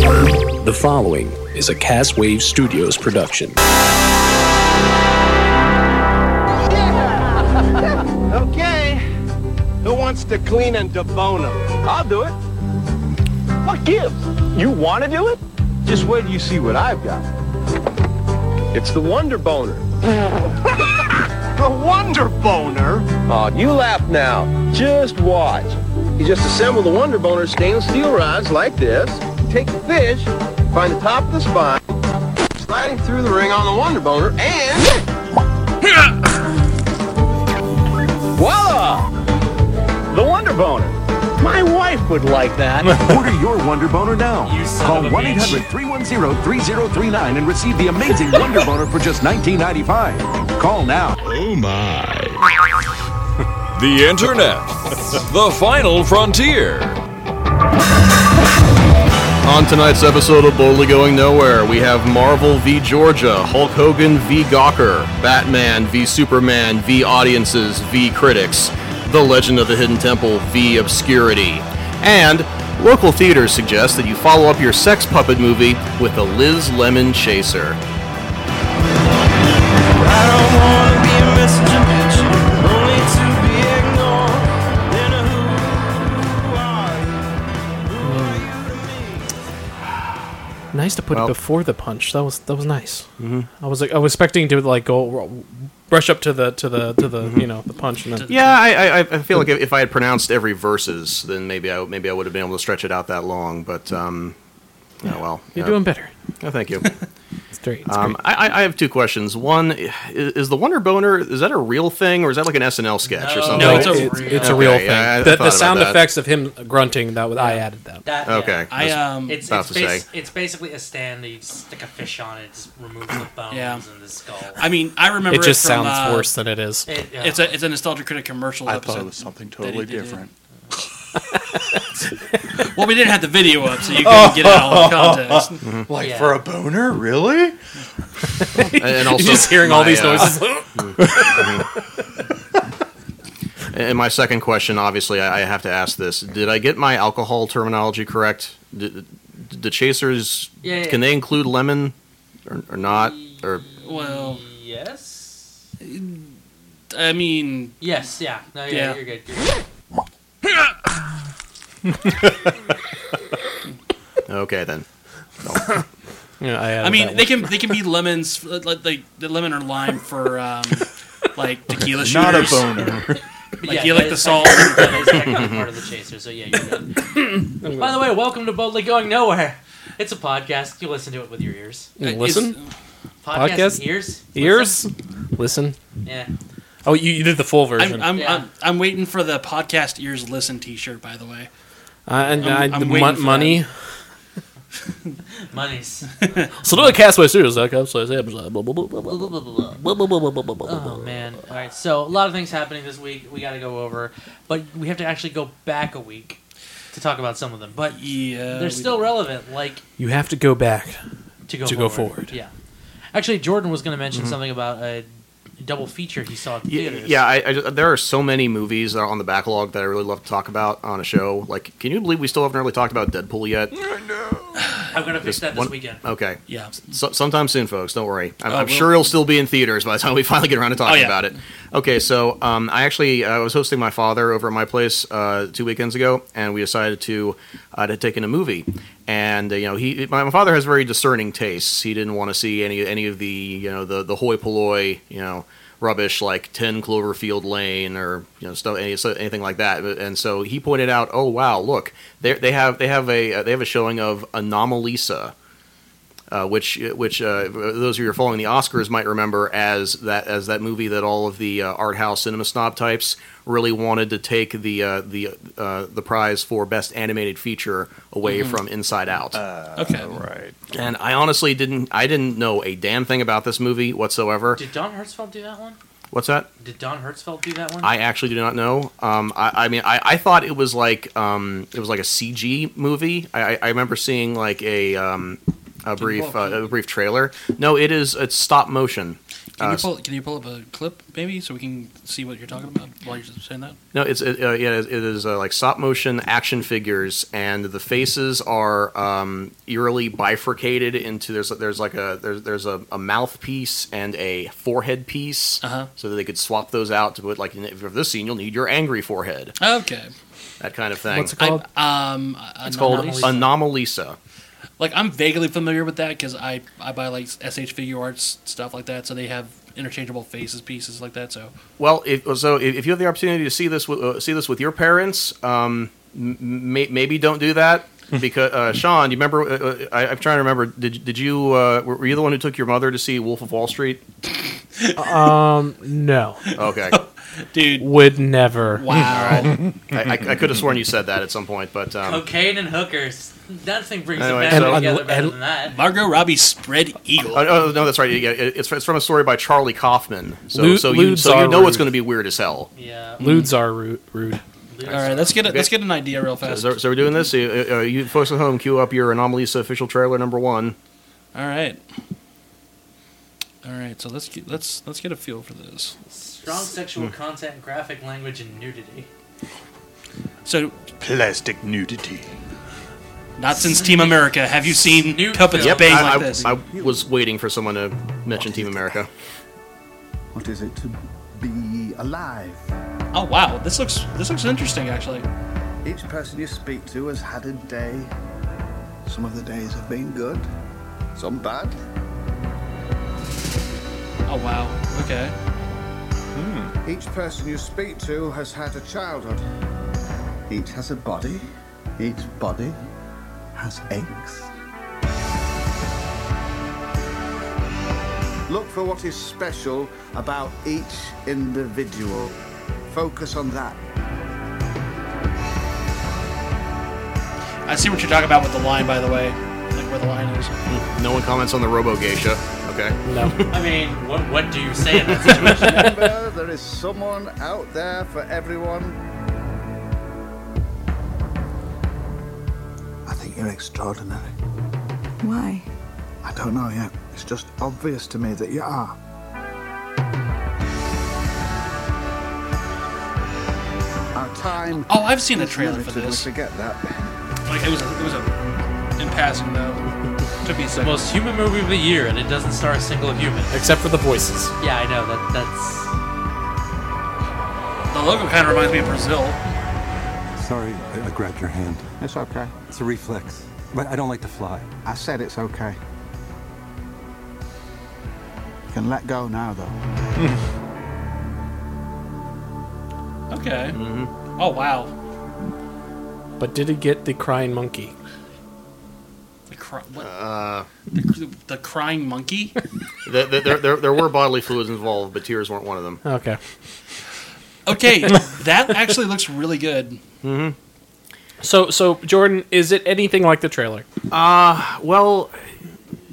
The following is a Castwave Studios production. Okay. Who wants to clean and debone them? I'll do it. What gives? You want to do it? Just wait till you see what I've got. It's the Wonder Boner. the Wonder Boner? Oh, you laugh now. Just watch. You just assemble the Wonder Boner stainless steel rods like this. Take the fish, find the top of the spine, sliding through the ring on the Wonder Boner, and... Voila! The Wonder Boner. My wife would like that. Order your Wonder Boner now. Call 1 800 310 3039 and receive the amazing Wonder Boner for just $19.95. Call now. The Internet. the final frontier. On tonight's episode of Boldly Going Nowhere, we have Marvel v. Georgia, Hulk Hogan v. Gawker, Batman v. Superman v. Audiences v. Critics, The Legend of the Hidden Temple v. Obscurity, and local theaters suggest that you follow up your sex puppet movie with the Liz Lemon Chaser. Nice to put it before the punch. That was that was nice. Mm-hmm. I was like I was expecting to like go r- rush up to the to the to the Mm-hmm. you know the punch and then Yeah, I, I, I feel like if if I had pronounced every verses, then maybe I maybe I would have been able to stretch it out that long. But um, oh well. you're Uh, doing better. oh, thank you. It's great. It's Um, I, I- I have two questions. One i- is the Wonder Boner. Is that a real thing, or is that like an SNL sketch or something? No, great. it's a It's, it's, real- a real Okay, thing. yeah, I- I the thought the about sound that. effects of him grunting that was, I added that. That, Okay, yeah. I that's um. It's, About to it's, bas- say. it's basically a stand that you stick a fish on it, just remove the bones Yeah. and the skull. I mean, I remember It just from, sounds uh, worse than it is. It, yeah. It's a it's a nostalgia critic commercial I episode. thought it was something totally they did. different. Well, we didn't have the video up, so you couldn't get it all in context. Like Yeah. for a boner, really? and also You're just hearing all my, these uh, noises. and my second question, obviously, I, I have to ask this: Did I get my alcohol terminology correct? Did, did the chasers Yeah, yeah. can they include lemon or, or not? Or Well, yes. I mean, Yes. Yeah. No. Yeah. Yeah. You're good. You're good. okay then. yeah, I, added I that mean, one. they can they can be lemons, uh, like like the lemon or lime for um, like tequila shooters. Not a boner. But Like, you like that the is salt. technically- that is technically part of the chaser. So yeah, you're good. By the way, welcome to Boldly Going Nowhere. It's a podcast. You listen to it with your ears. Uh, it's- listen, Podcast, Podcast? ears. ears, listen. Listen. Yeah. Oh, you, you did the full version. I'm I'm, Yeah. I'm I'm waiting for the podcast ears listen T-shirt. By the way, Uh, and I, I'm- I'm the waiting mon- for that. money. Monies. So look at Castaway Studios. Okay, so it's- blah, blah, blah, blah, Blah, blah, blah, blah, blah, blah. blah, blah, blah, blah, blah, blah, Oh blah. man! All right, so a lot of things happening this week. We got to go over, but we have to actually go back a week to talk about some of them. But yeah, they're we- still relevant, like You have to go back. to go To go forward. forward. Yeah, actually, Jordan was going to mention something about a double feature he saw at the Mm-hmm. Yeah, theaters. yeah I, I, there are so many movies that are on the backlog that I really love to talk about on a show. Like, can you believe we still haven't really talked about Deadpool yet? Mm, I'm going to fix Just that this one- oh. weekend. Okay. yeah. So, sometime soon, folks. Don't worry. I'm, Oh, I'm we'll- Oh, sure it'll still be in theaters by the time we finally get around to talking yeah. about it. Okay, so um, I actually I was hosting my father over at my place uh, two weekends ago, and we decided to uh, to take in a movie. And uh, you know, he my, my father has very discerning tastes. He didn't want to see any any of the you know the the hoi polloi you know rubbish like Ten Cloverfield Lane or you know stuff any, so- anything like that. And so he pointed out, oh wow, look they they have they have a uh, they have a showing of Anomalisa uh, which which uh, those of you who are following the Oscars might remember as that as that movie that all of the uh, art house cinema snob types really wanted to take the uh, the uh, the prize for best animated feature away Mm-hmm. from Inside Out. Uh. Okay, right. and I honestly didn't I didn't know a damn thing about this movie whatsoever. Did Don Hertzfeld do that one? What's that? Did Don Hertzfeld do that one? I actually do not know. Um, I, I mean, I, I thought it was like um, it was like a CG movie. I, I, I remember seeing like a um, a brief uh, a brief trailer. No, it is it's stop motion. Can, you pull, can you pull up a clip, maybe, so we can see what you're talking about while you're saying that? No, it's it, uh, yeah, it is uh, like stop motion action figures, and the faces are um, eerily bifurcated into there's there's like a there's there's a, a mouthpiece and a forehead piece, Uh-huh. so that they could swap those out to put like in- for this scene you'll need your angry forehead, Okay. that kind of thing. What's it I, called? um, it's called anomalies. Anomalisa. like I'm vaguely familiar with that because I I buy like SH Figure Arts stuff like that, so they have interchangeable faces pieces like that. So Well, if, so if if you have the opportunity to see this with- uh, see this with your parents, um, m- m- maybe don't do that Hmm. because uh, Sean, do you remember? Uh, uh, I, I'm trying to remember. Did did you uh, were were you the one who took your mother to see Wolf of Wall Street? Um, No, Okay, dude, would never. wow, I, I, I could have sworn you said that at some point, but um, Cocaine and hookers. Nothing brings Anyway, a family so- together And- better and- than that. Margot Robbie spread eagle. oh, no, no, that's right. Yeah, it- it's it's from a story by Charlie Kaufman. So Lewd- so you lewds so you are know it's rude. going to be weird as hell. Yeah. Mm-hmm. Ludes are rude. rude. All right, let's get a, Okay. let's get an idea real fast. So, so we're doing this. So, uh, uh, you folks at home, queue up your Anomalisa official trailer number one. All right, all right. So let's get let's let's get a feel for this. Strong Mm. Hmm. sexual content, graphic language, and nudity. So Plastic nudity. not since Team America have you seen Snoop puppets Dogg. bang I, like I- this? I was waiting for someone to mention Team America. What is it to be alive? oh wow, this looks this looks interesting actually. Each person you speak to has had a day. Some of the days have been good, some bad. Oh wow, okay. Each person you speak to has had a childhood. Each has a body. Each body has aches. Look for what is special about each individual. Focus on that. I see what you're talking about with the line, by the way, like where the line is. No one comments on the Robo Geisha. Okay. No, I mean, what what do you say in that situation? Remember, there is someone out there for everyone. I think you're extraordinary. Why? I don't know yet. It's just obvious to me that you are. Our time. Oh, I've seen a is trailer for limited, we this. Forget that. Like it was, a, it was a in passing though. Took me a second. Most human movie of the year, and it doesn't star a single human. except for the voices. Yeah, I know that. That's the logo kind of reminds me of Brazil. Sorry, I, grabbed your hand. It's okay. It's a reflex, but I don't like to fly. I said it's okay. You can let go now, though. Okay. Mm-hmm. Oh wow. But did it get the crying monkey? The cry, what? Uh, the, cr- the crying monkey. There, there, there, there were bodily fluids involved, but tears weren't one of them. Okay. Okay, that actually looks really good. Mm-hmm. So so Jordan, is it anything like the trailer? Uh, Well,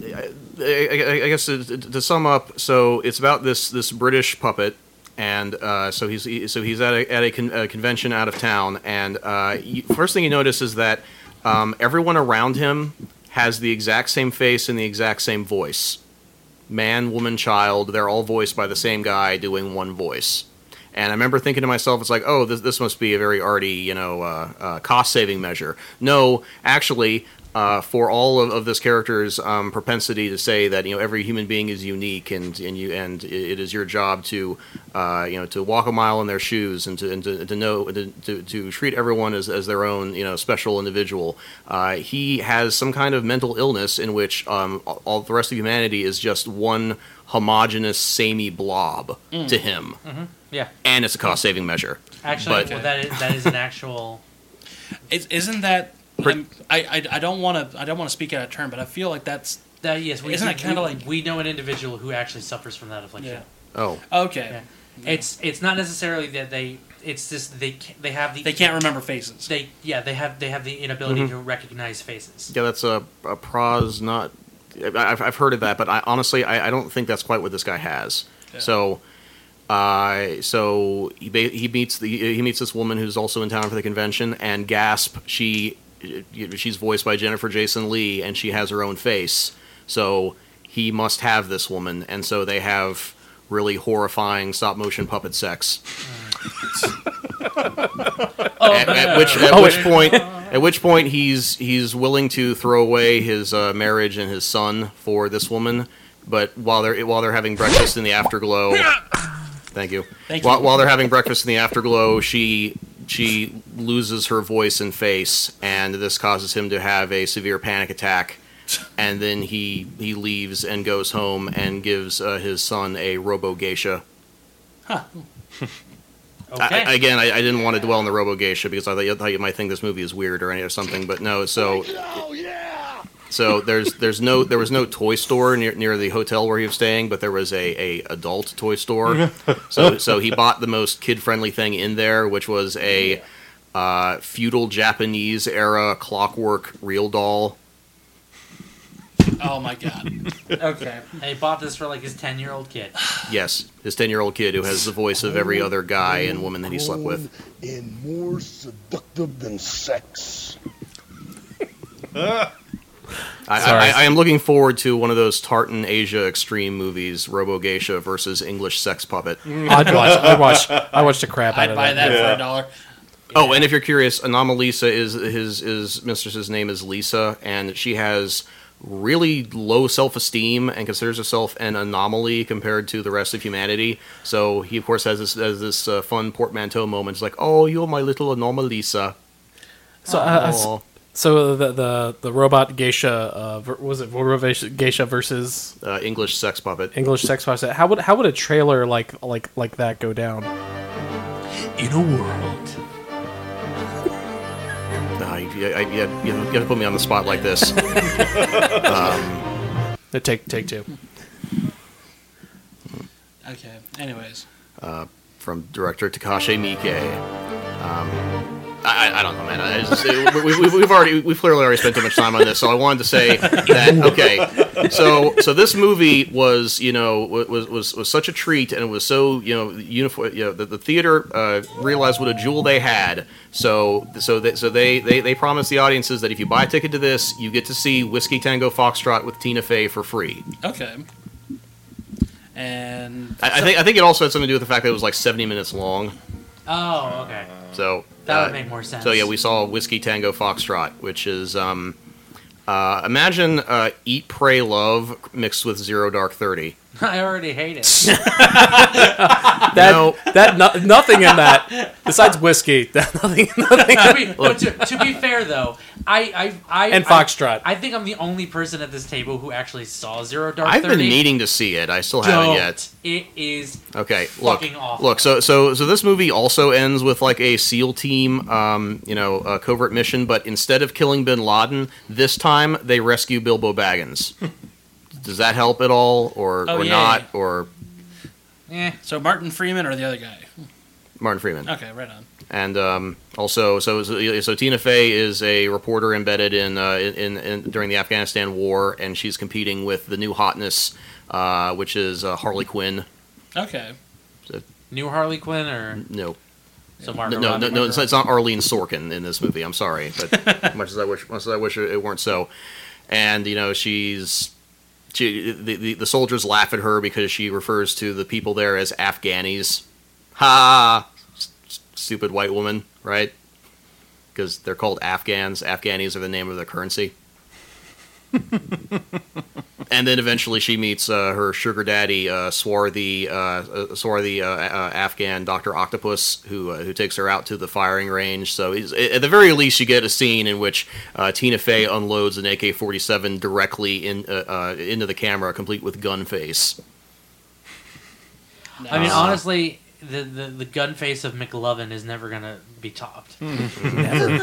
I, I- I guess to, to sum up, so it's about this this British puppet, and uh, so he's he- so he's at a, at a, con, a convention out of town, and uh, you, first thing you notice is that um, everyone around him has the exact same face and the exact same voice. Man, woman, child, they're all voiced by the same guy doing one voice. And I remember thinking to myself, it's like, oh, this, this must be a very arty, you know, uh, uh, cost saving measure. No, actually, uh, for all of, of this character's um, propensity to say that you know every human being is unique, and and you and it it is your job to uh, you know to walk a mile in their shoes and to and to, to know to, to, to treat everyone as, as their own you know special individual. Uh, he has some kind of mental illness in which um, all- all the rest of humanity is just one homogenous, samey blob to him Mm. Mm-hmm. yeah. and it's a cost saving measure. Actually, But- well, that is that is an actual. Is, isn't that? I'm, I, I I don't want to I don't want to speak out of turn, but I feel like that's That yes, we Isn't do- it kinda we- like- we know an individual who actually suffers from that affliction. Oh, okay. Yeah. It's it's not necessarily that they. It's just they ca- they have the They can't remember faces. Mm-hmm. they yeah they have they have the inability to recognize faces. yeah, that's a, a pros not. I- I've, I've heard of that, but I honestly I, I don't think that's quite what this guy has. So, uh, so he ba- he meets the he meets this woman who's also in town for the convention, and gasp, she she's voiced by Jennifer Jason Lee, and she has her own face. So he must have this woman, and so they have really horrifying stop motion puppet sex. Oh, at, at which at which point at which point he's he's willing to throw away his uh, marriage and his son for this woman, but while they're while they're having breakfast in the afterglow, thank you. Thank while, you. while they're having breakfast in the afterglow, she she loses her voice and face, and this causes him to have a severe panic attack. And then he he leaves and goes home and gives uh, his son a robo geisha. okay. I, I- again, I, I didn't want to dwell on the Robo Geisha because I thought you, thought you might think this movie is weird or any or something, but no. So, so there's there's no there was no toy store near near the hotel where he was staying, but there was a, a adult toy store. so so he bought the most kid friendly thing in there, which was a uh, feudal Japanese era clockwork real doll. Oh my god. okay. And he bought this for like his ten year old kid. Yes, his ten year old kid who has the voice of every other guy and woman that he slept with. And more seductive than sex. I, I, I am looking forward to one of those Tartan Asia extreme movies, Robo Geisha versus English Sex Puppet. I'd watch. I watched. I watched the crap out I'd of buy that that. for a dollar. Oh, and if you're curious, Anomalisa is his his mistress's name is Lisa, and she has really low self esteem and considers herself an anomaly compared to the rest of humanity. So he of course has this has this uh, fun portmanteau moment. It's like, oh, you're my little Anomalisa. So, uh, I s- Aw. so the the the robot geisha uh, ver- was it robot geisha versus Uh, English sex puppet. English sex faucet. How would how would a trailer like like like that go down? In a world. Uh, you, you, you, you have to put me on the spot like this. Um, The take take two. Okay. Anyways. uh, from director Takashi Miike. Um, I, I- I don't know, man. I just, it- we, we, we've already we've clearly already spent too much time on this, so I wanted to say that okay. So so this movie was you know wa- was was, was such a treat, and it was so you know uniform. You know the, the theater uh, realized what a jewel they had. So so they, so they, they they promised the audiences that if you buy a ticket to this, you get to see Whiskey Tango Foxtrot with Tina Fey for free. Okay. And I, I think I think it also had something to do with the fact that it was like seventy minutes long. Oh, okay. So That uh, would make more sense. So yeah, we saw Whiskey Tango Foxtrot, which is um, uh, imagine uh, Eat, Pray, Love mixed with Zero Dark Thirty. I already hate it. That No. that no, nothing in that besides whiskey. That nothing nothing. I mean, no, to, to be fair though, I I, I And I- Foxtrot. I, think I'm the only person at this table who actually saw Zero Dark I've been 30. needing to see it. I still haven't Don't. yet. It is Okay, look, Fucking awful. look. So, so, so this movie also ends with like a SEAL team, um, you know, a covert mission. But instead of killing Bin Laden, this time they rescue Bilbo Baggins. Does that help at all, or Oh, or yeah, not, yeah. or eh, so Martin Freeman or the other guy? Martin Freeman? Okay, right on. and um, also so, so so Tina Fey is a reporter embedded in, uh, in, in during the Afghanistan war, and she's competing with the new hotness, uh, which is uh, Harley Quinn. Okay. new Harley Quinn or No, so Margot no, no, no, Robbie, no Margot it's, it's not Arlene Sorkin in this movie. I'm sorry, but much as I wish, much as I wish it weren't so. And you know she's. She, the, the, the soldiers laugh at her because she refers to the people there as Afghanis. Ha! S- s- Stupid white woman, right? Because they're called Afghans. Afghanis are the name of their currency. and then eventually she meets uh, her sugar daddy, uh, swarthy, uh, uh, swarthy uh, uh, Afghan Doctor Octopus, who uh, who takes her out to the firing range. So he's, at the very least, you get a scene in which uh, Tina Fey unloads an AK-47 directly in uh, uh, into the camera, complete with gun face. I mean, honestly, the, the the gun face of McLovin is never gonna be topped. Hmm. Never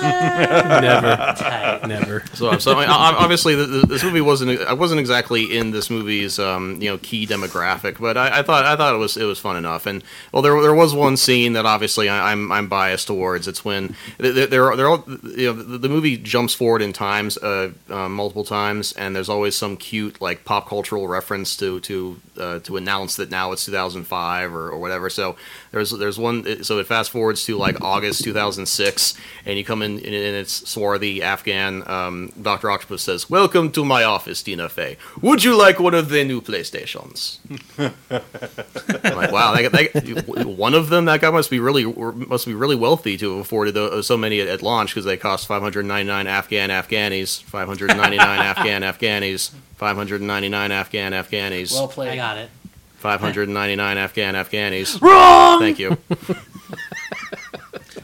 Tight. never. So, so I, I, obviously, th- th- this movie wasn't I wasn't exactly in this movie's um, you know key demographic, but I, I thought I thought it was it was fun enough. And well, there there was one scene that obviously I, I'm I'm biased towards. It's when they're they're, they're all you know the, the movie jumps forward in times uh, uh, multiple times, and there's always some cute like pop cultural reference to to uh, to announce that now it's 2005 or, or whatever. So there's there's one so it fast forwards to like August 2006, and you come in and it's swarthy Afghan. Um, Doctor Octopus says, "Welcome to my office, Tina Fey. Would you like one of the new PlayStations?" I'm like, wow, that, that, one of them. That guy must be really must be really wealthy to have afforded tho- so many at, at launch because they cost 599 Afghan Afghanis, 599 Afghan Afghanis, 599 Afghan Afghanis. Well played. I got it. 599 Afghan Afghanis. Wrong! Thank you.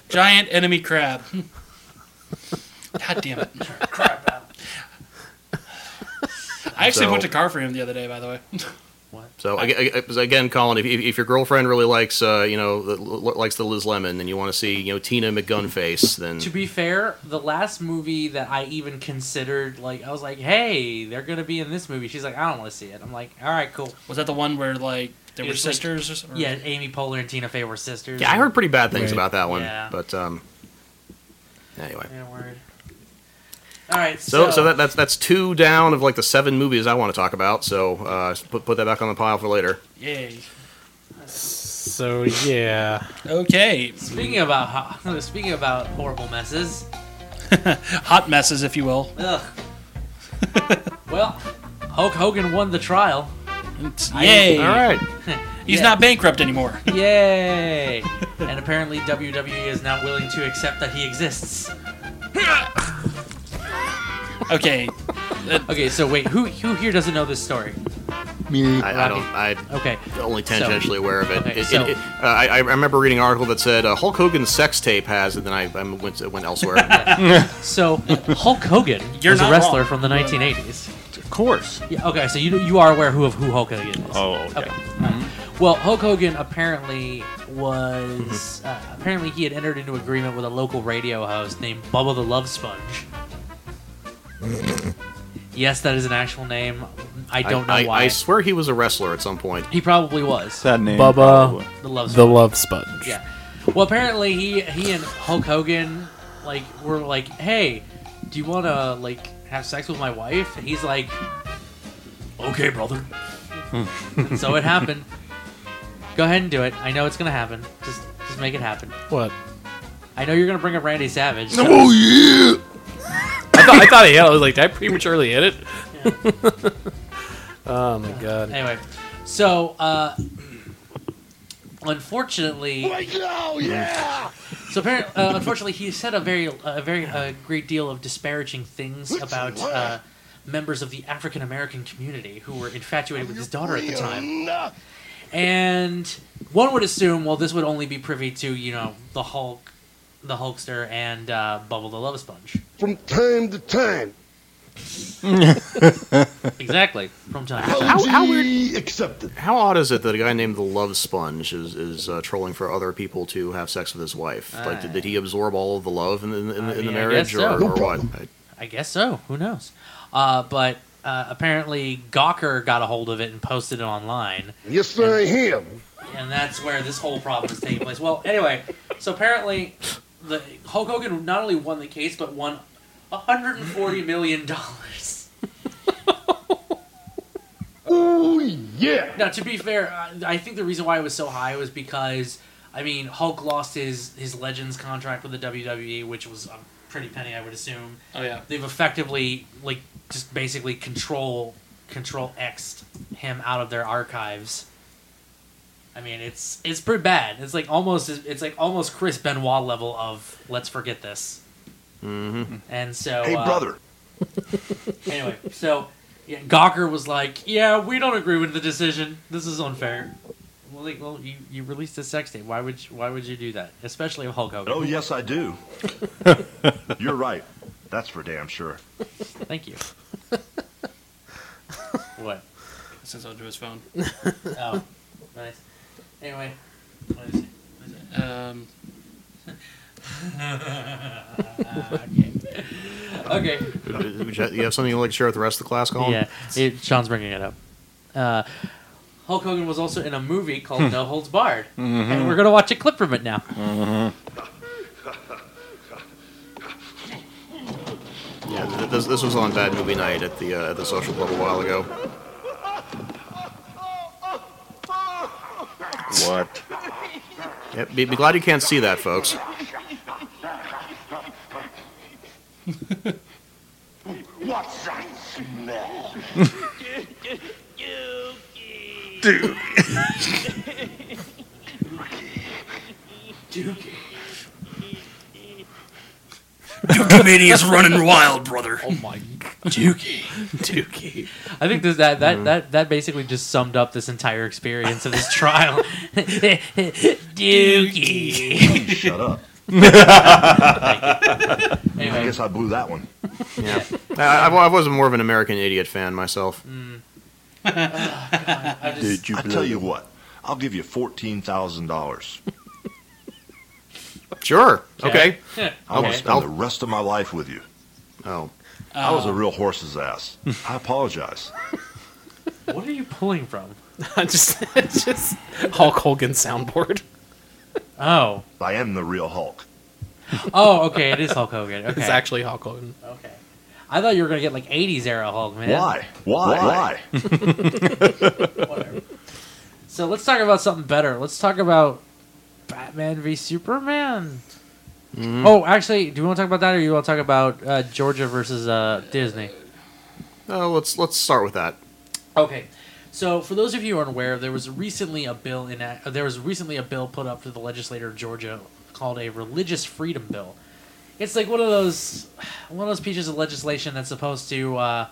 Giant enemy crab. God damn it. Crab out. I actually So- booked a car for him the other day, by the way. So ag- ag- again, Colin, if, if if your girlfriend really likes, uh, you know, the, li- likes the Liz Lemon, and you want to see, you know, Tina McGunface, then To be fair, the last movie that I even considered, like, I was like, "Hey, they're gonna be in this movie." She's like, "I don't want to see it." I'm like, "All right, cool." Was that the one where like they were sisters or something? Yeah, Amy Poehler and Tina Fey were sisters. yeah, I heard pretty bad things Right. about that one. Yeah. But um, anyway, Yeah, word. All right, so so so that, that's that's two down of like the seven movies I want to talk about. So uh, put put that back on the pile for later. Yay. So yeah. Okay. Speaking about ho- speaking about horrible messes, Hot messes, if you will. ugh. well, Hulk Hogan won the trial. It's- I- yay. He's Yeah. not bankrupt anymore. Yay! and apparently WWE is not willing to accept that he exists. Okay. okay, so wait, who who here doesn't know this story? Me. I, I don't. I okay. Only So- tangentially aware of it. okay, It- it- so- it- uh, I, I remember reading an article that said uh, Hulk Hogan's sex tape has, and then I, I went went elsewhere. so Hulk Hogan You're was a not wrestler wrong. from the 1980s. Of course. Yeah. Okay. So you you are aware who of who Hulk Hogan is. Oh, okay. All right. Well, Hulk Hogan apparently was Mm-hmm. uh, apparently he had entered into agreement with a local radio host named Bubba the Love Sponge. yes, that is an actual name. I don't know I, why. I swear he was a wrestler at some point. He probably was. That name Bubba the love the sponge. love sponge. Yeah. Well, apparently he he and Hulk Hogan like were like, "Hey, do you want to like have sex with my wife?" And he's like, "Okay, brother." And so it happened. Go ahead and do it. I know it's gonna happen. Just just make it happen. What? I know you're gonna bring up Randy Savage. so- Oh, I thought I thought I hit. it. I was like, did I prematurely hit it? oh my god. Anyway, so uh, Oh, unfortunately, yeah. So apparently, uh, unfortunately, he said a very, a very, a great deal of disparaging things about uh, members of the African American community who were infatuated with his daughter at the time. And one would assume, well, this would only be privy to you know the Hulk, the Hulkster, and uh, Bubble the Love Sponge. From time to time. exactly. From time. to How, time. how weird accepted. How odd is it that a guy named the Love Sponge is is uh, trolling for other people to have sex with his wife? like, did, did he absorb all of the love in, in, in, in mean, the I marriage, guess or, so. or what? I- I guess so. Who knows? Uh, but uh, apparently, Gawker got a hold of it and posted it online. Yes, I am. and that's where this whole problem is taking place. Well, anyway, so apparently, the Hulk Hogan not only won the case but won 140 million dollars. Oh yeah. Now, to be fair, I- I think the reason why it was so high was because I mean Hulk lost his his Legends contract with the WWE, which was a pretty penny, I would assume. Oh, yeah. They've effectively like just basically control control X'd him out of their archives. I mean, it's it's pretty bad. It's like almost it's like almost Chris Benoit level of let's forget this. Mm-hmm. And so, Hey, uh, brother. anyway, so yeah, Gawker was like, "Yeah, we don't agree with the decision. This is unfair." Well, like, well, you, you released a sex tape. Why would you, why would you do that, especially of Hulk Hogan? Oh, yes, I do. You're right. That's for damn sure. Thank you. what? Since I'll do his phone. oh, nice. Anyway, what is it? What is it? Um. okay. Would you, you have something you'd like to share with the rest of the class, Colin? Yeah, it, Sean's bringing it up. Uh, Hulk Hogan was also in a movie called No Holds Barred, Mhm. and we're gonna watch a clip from it now. Yeah, th- this, this was on Bad Movie Night at the uh, at the social club a while ago. What? Yeah, be, be glad you can't see that, folks. What's that smell? Dude. Dukemania's running wild, brother. Oh my Dookie. Dookie. I think that that, Mm. that, that that basically just summed up this entire experience of this trial. Dookie. Shut up. I guess I blew that one. Yeah, I, I, I was more of an American Idiot fan myself. Mm. Dude, you I tell you what, I'll give you fourteen thousand dollars. Sure. Okay. I want to spend the rest of my life with you. Oh, I was a real horse's ass. I apologize. What are you pulling from? just, just Hulk Hogan soundboard. Oh. I am the real Hulk. Oh, okay. It is Hulk Hogan. Okay. It's actually Hulk Hogan. Okay. I thought you were gonna get like '80s era Hulk, man. Why? Why? Whatever. So let's talk about something better. Let's talk about Batman v Superman. Mm. Oh, actually, do you want to talk about that, or you want to talk about uh, Georgia versus uh, Disney? Uh, let's let's start with that. Okay. So, for those of you who aren't aware, there was recently a bill in uh, there was recently a bill put up to the legislature of Georgia called a religious freedom bill. It's like one of those one of those pieces of legislation that's supposed to, uh,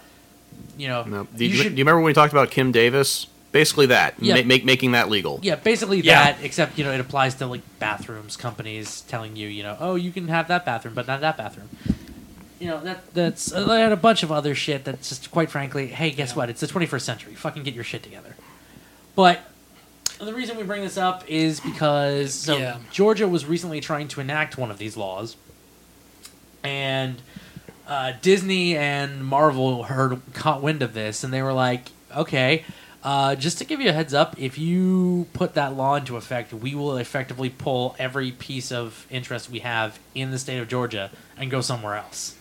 you know, No. Do you you, do should- you remember when we talked about Kim Davis? Basically, that Yeah. ma- make, making that legal. yeah, basically Yeah. that. Except you know, it applies to like bathrooms, companies telling you, you know, oh, you can have that bathroom, but not that bathroom. You know that that's uh, they had a bunch of other shit that's just quite frankly, hey, guess what? It's the 21st century. Fucking get your shit together. But the reason we bring this up is because so Yeah. Georgia was recently trying to enact one of these laws, and uh, Disney and Marvel heard caught wind of this, and they were like, "Okay, uh, just to give you a heads up, if you put that law into effect, we will effectively pull every piece of interest we have in the state of Georgia and go somewhere else."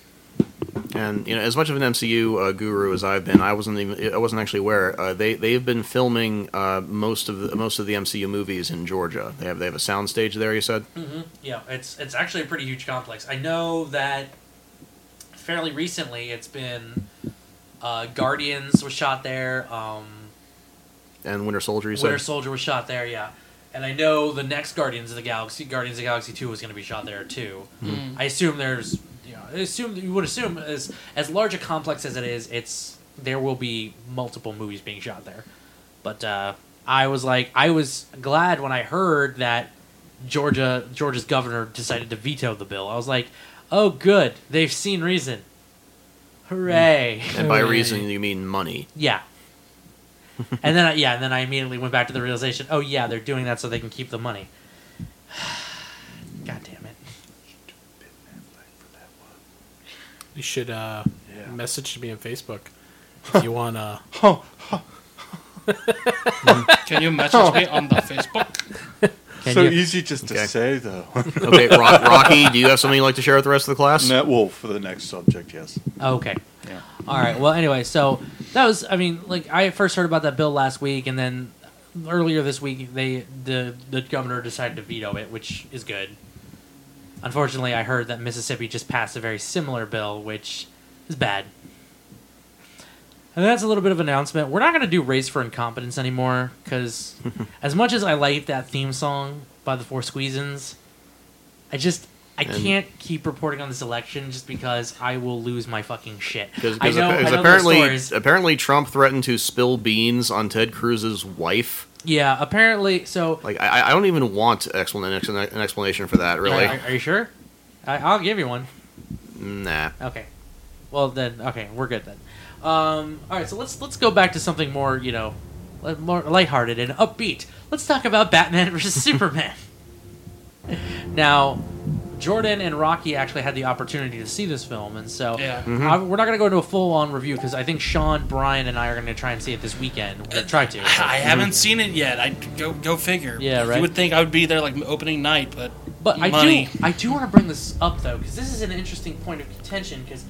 And you know, as much of an MCU uh, guru as I've been, I wasn't even I wasn't actually aware. Uh, they they have been filming uh, most of the, most of the MCU movies in Georgia. They have they have a soundstage there. You said. Mm-hmm. Yeah, it's it's actually a pretty huge complex. I know that fairly recently it's been uh, Guardians was shot there. Um, And Winter Soldier. You said. Winter Soldier was shot there, yeah. And I know the next Guardians of the Galaxy, Guardians of the Galaxy Two, was going to be shot there too. Mm-hmm. Mhm. I assume there's, you know, I assume you would assume as as large a complex as it is, it's there will be multiple movies being shot there. But uh, I was like, I was glad when I heard that Georgia Georgia's governor decided to veto the bill. I was like, oh good, they've seen reason. Hooray! Mm. And by reason you mean money. Yeah. and then I, yeah, and then I immediately went back to the realization, oh yeah, they're doing that so they can keep the money. God damn it. You should uh, message me on Facebook if you want to. Hmm. Can you message me on the Facebook? Can so you- easy just to say, though. Okay, Rock, Rocky, do you have something you'd like to share with the rest of the class? Net Wolf for the next subject, yes. Okay. All right. Well, anyway, so that was. I mean, like I first heard about that bill last week, and then earlier this week, they the the governor decided to veto it, which is good. Unfortunately, I heard that Mississippi just passed a very similar bill, which is bad. And that's a little bit of announcement. We're not going to do Race for Incompetence anymore because, as much as I like that theme song by the Four Squeezins, I just I And- can't keep reporting on this election just because I will lose my fucking shit. Because I know, I know apparently, apparently stories. apparently Trump threatened to spill beans on Ted Cruz's wife. Yeah, apparently. So, Like I, I don't even want explanation, an explanation for that. Really, Are, are you sure? I, I'll give you one. nah. Okay. Well then, okay, we're good then. Um, all right, so let's let's go back to something more, you know, li- more lighthearted and upbeat. Let's talk about Batman versus Superman. Now, Jordan and Rocky actually had the opportunity to see this film, and so Mhm. I- we're not going to go into a full-on review because I think Sean, Brian, and I are going to try and see it this weekend. We're going to try to. I haven't seen it yet. I go go figure. Yeah, right. You would think I would be there like opening night, but But I money. do, I do want to bring this up though, because this is an interesting point of contention. Because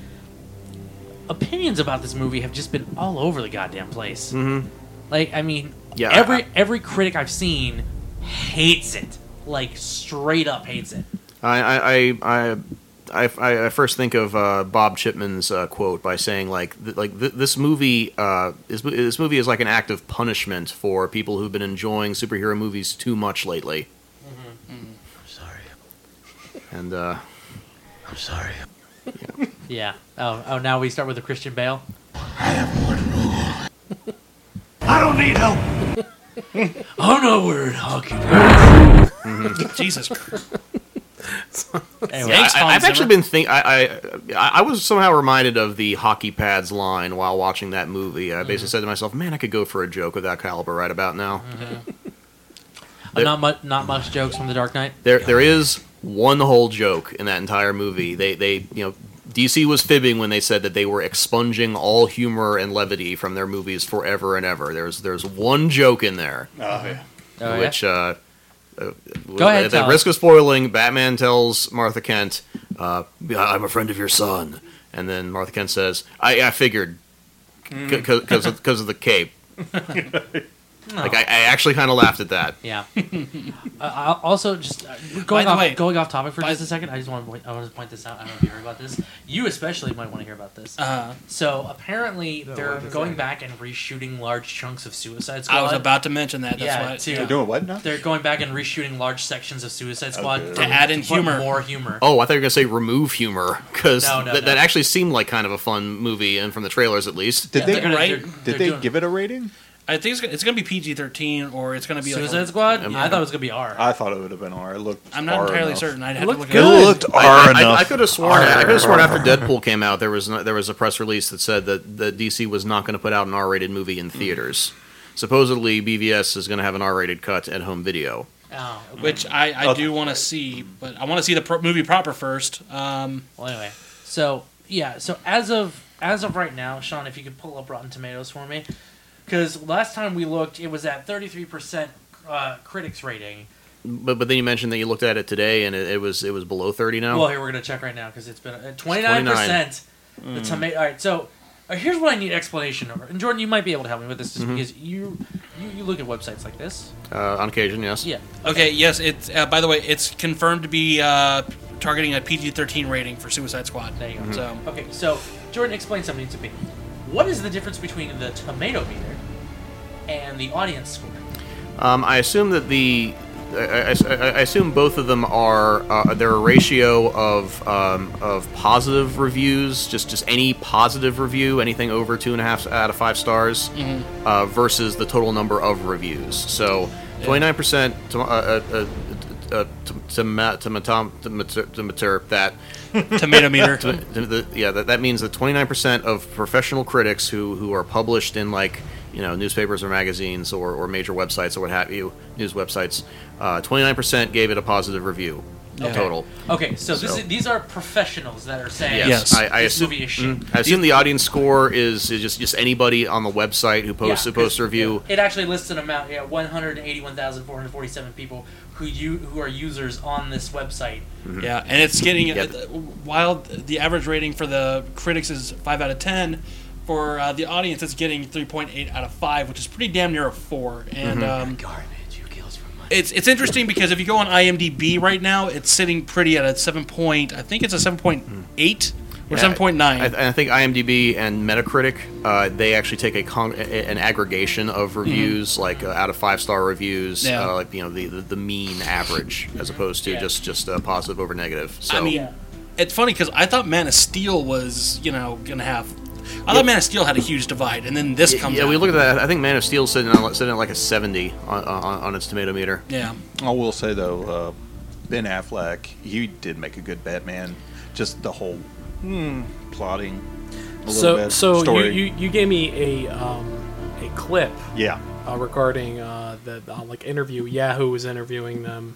opinions about this movie have just been all over the goddamn place. Mm-hmm. Like, I mean, Yeah, every every critic I've seen hates it, like straight up hates it. I I I I, I, I, I first think of uh, Bob Chipman's uh, quote by saying like th- like th- this movie uh, is this movie is like an act of punishment for people who've been enjoying superhero movies too much lately. I'm sorry. And uh, I'm sorry. Yeah. Oh, oh, now we start with a Christian Bale. I don't need help. I'm not wearing hockey Mm-hmm. pads. Oh, Jesus Christ. Mm-hmm. Yeah, I, have actually been think I, I I I was somehow reminded of the hockey pads line while watching that movie. I basically said to myself, "Man, I could go for a joke of that caliber right about now." Uh, not much. Not much jokes from The Dark Knight. There, there is one whole joke in that entire movie. They, they, you know, DC was fibbing when they said that they were expunging all humor and levity from their movies forever and ever. There's, there's one joke in there, Oh, yeah. Oh, yeah? which, uh, uh, Go ahead, at tell the it. risk of spoiling, Batman tells Martha Kent, uh, "I'm a friend of your son," and then Martha Kent says, "I, I figured Mm. because of, 'cause of the cape." Oh. Like I, I actually kind of laughed at that. Yeah. uh, I- also, just uh, going the off way- going off topic for just a second, I just want to point, I want to point this out. I don't know if you heard about this. You especially might want to hear about this. Uh-huh. So apparently No, they're what is going that? back and reshooting large chunks of Suicide Squad. I was about to mention that. That's yeah, why. to- yeah. They're going back and reshooting large sections of Suicide Squad Okay. for- To add in put humor. more humor. Oh, I thought you were gonna say remove humor because No, no, that, no. that actually seemed like kind of a fun movie, and from the trailers at least. Did Yeah, they- they're gonna- right? Did they're- they give it a rating? I think it's gonna, it's gonna be PG thirteen or it's gonna be like Suicide a- Squad. Yeah. I thought it was gonna be R. I thought it would have been R. It looked. I'm not R entirely enough. certain. I'd It have looked to look good. it up. looked I- R I, enough. I, could have sworn. I could have sworn after Deadpool came out, there was no, there was a press release that said that, that DC was not going to put out an R-rated movie Mm. in theaters. Supposedly, BVS is going to have an R-rated cut at home video. Oh, okay. Which I, I do want to see, but I want to see the pro- movie proper first. Um, well, anyway, so yeah, so as of as of right now, Sean, if you could pull up Rotten Tomatoes for me, because last time we looked, it was at thirty three percent uh, critics rating. But but then you mentioned that you looked at it today, and it, it was it was below thirty now. Well, here we're gonna check right now because it's been uh, twenty nine percent. The 29. tomato. All right, so uh, here's what I need explanation over, and Jordan, you might be able to help me with this just Mhm. because you, you you look at websites like this. uh, on occasion, yes. Yeah. okay, yes, it's uh, by the way, it's confirmed to be uh, targeting a PG thirteen rating for Suicide Squad. There you go. So Okay, so Jordan, explain something to me. What is the difference between the tomato meter and the audience score? Um, I assume that the I, I- I- I assume both of them are uh, they're a ratio of um, of positive reviews, just just any positive review, anything over two and a half out of five stars, Mhm. uh, versus the total number of reviews. So twenty nine percent uh, tomato that Tomato meter. To- to the- yeah, that, that means that 29% of professional critics who, who are published in like you know newspapers or magazines or, or major websites or what have you, news websites, uh, 29% gave it a positive review Okay. total. Okay, so, this So- is, these are professionals that are saying Yes, I, I this assume, movie is shit. mm, I assume the audience score is, is just just anybody on the website who posts Yeah, who posts a review. It actually lists an amount, yeah, one hundred eighty-one thousand four hundred forty-seven people who you who are users on this website. Mm-hmm. Yeah, and it's getting Mm-hmm. Yeah. uh, while the average rating for the critics is five out of ten, for uh, the audience it's getting three point eight out of five, which is pretty damn near a four. And Mhm. um, It's it's interesting because if you go on IMDb right now, it's sitting pretty at a seven point. I think it's a seven point eight or Yeah, seven point nine. I, I think IMDb and Metacritic, uh, they actually take a con- a- an aggregation of reviews, like uh, out of five star reviews, Mm-hmm. Yeah. uh, like you know the, the, the mean average, as opposed to Yeah. just just uh, positive over negative. So I mean, it's funny because I thought Man of Steel was you know gonna have. I Yeah. thought Man of Steel had a huge divide, and then this yeah, comes. yeah, out. we look at that. I think Man of Steel sitting on, sitting at like a seventy on, on, on its tomato meter. Yeah. I will say though, uh, Ben Affleck, he did make a good Batman. Just the whole hmm, plotting, a little so bit so you, story. you you gave me a um a clip Yeah. uh, regarding uh the uh, like interview Yahoo was interviewing them.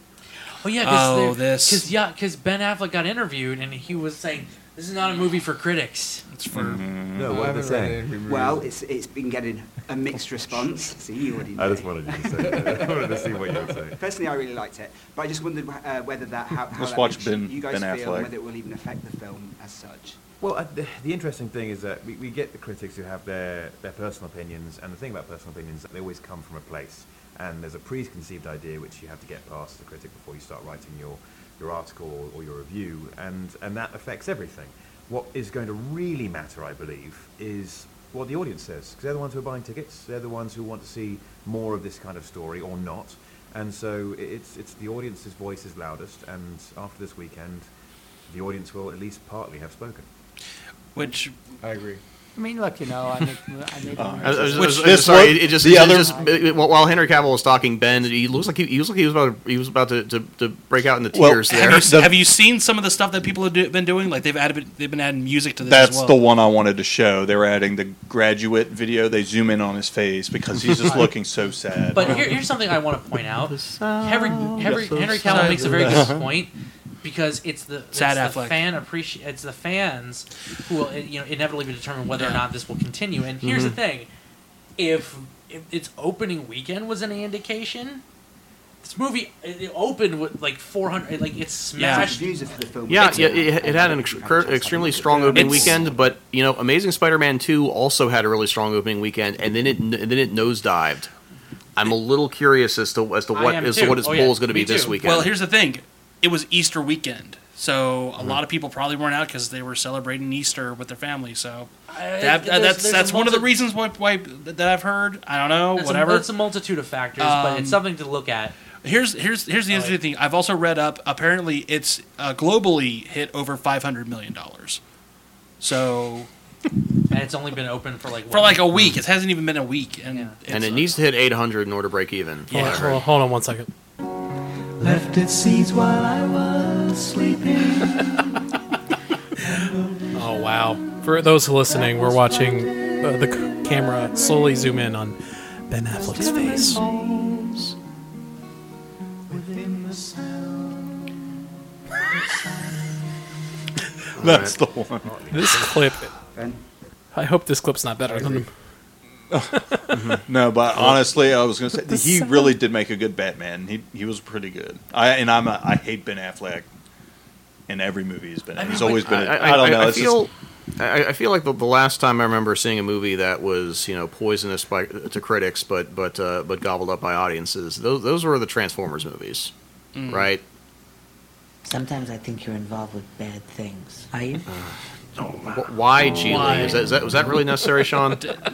Oh yeah, because Oh, this. because yeah, because Ben Affleck got interviewed and he was saying this is not a movie for critics. It's for No, what are they saying? Well, it's, it's been getting a mixed response. See, you already know. I just wanted you to say that. I wanted to see what you would say. Personally, I really liked it, but I just wondered uh, whether that how, how Let's that watch makes Ben- you guys Ben feel, Affleck. and whether it will even affect the film as such. Well, uh, the, the interesting thing is that we, we get the critics who have their, their personal opinions, and the thing about personal opinions is that they always come from a place. And there's a preconceived idea which you have to get past the critic before you start writing your your article or your review, and, and that affects everything. What is going to really matter, I believe, is what the audience says, because they're the ones who are buying tickets, they're the ones who want to see more of this kind of story or not. And so i- it's, it's the audience's voice is loudest, and after this weekend, the audience will at least partly have spoken. Which I agree. I mean, look, you know, I make, I make I was- I was- I was- sorry, it, it just, it just it- while while Henry Cavill was talking, Ben, he looks like he, he looks like he was about to, he was about to, to, to break out into tears. there, have you, have you seen some of the stuff that people have do, been doing? Like they've added, they've been adding music to this. as That's well. the one I wanted to show. They were adding the graduate video. They zoom in on his face because he's just looking so sad. But here, here's something I want to point out. Henry, Henry, Yes, Henry so Cavill sad. makes a very good point because it's the, it's Sad the Affleck. fan appreci- it's the fans who will eh, you know inevitably determine whether or not this will continue. And here's Mhm. the thing: if, if its opening weekend was any indication, this movie it it opened with like 400, like it smashed. Views of the film. Yeah, yeah, it, it had an ex- cur- extremely strong opening It's- weekend, but you know, Amazing Spider-Man Two also had a really strong opening weekend, and then it n- then it nosedived. I'm a little curious as to as to I what am as to what too. its Oh, poll yeah. is going to Me be this too. weekend. Well, here's the thing: it was Easter weekend, so a Mhm. lot of people probably weren't out because they were celebrating Easter with their family. So Uh, that, there's- that- that's there's a that's one of the multi- reasons why, why that I've heard. I don't know, That's a- whatever. that's a multitude of factors, but it's Um, something to look at. Here's here's here's the interesting thing. I've also read up. Apparently, it's uh, globally hit over five hundred million dollars. So and it's only been open for like for like a week. It hasn't even been a week, and and it needs to hit 800 in order to break even. from Hold what on- I hold, heard. on, hold on one second. Left its seeds while I was sleeping. Oh wow! For those who listening, we're watching uh, the c- camera slowly zoom in on Ben Affleck's face. That's the one. This clip. Ben? I hope this clip's not better than. No, but honestly, I was going to say The he sound. really did make a good Batman. He he was pretty good. I and I'm a, I hate Ben Affleck in every movie he's been in. He's always been. a- I, don't know. I, it's just- feel, I, I feel like the, the last time I remember seeing a movie that was you know poisonous by, to critics, but but uh, but gobbled up by audiences. Those those were the Transformers movies, Mm. right? Sometimes I think you're involved with bad things. Are you? Uh, Wh- Why, Geely? Why? Oh, Is that, is that was that really necessary, Sean? Uh,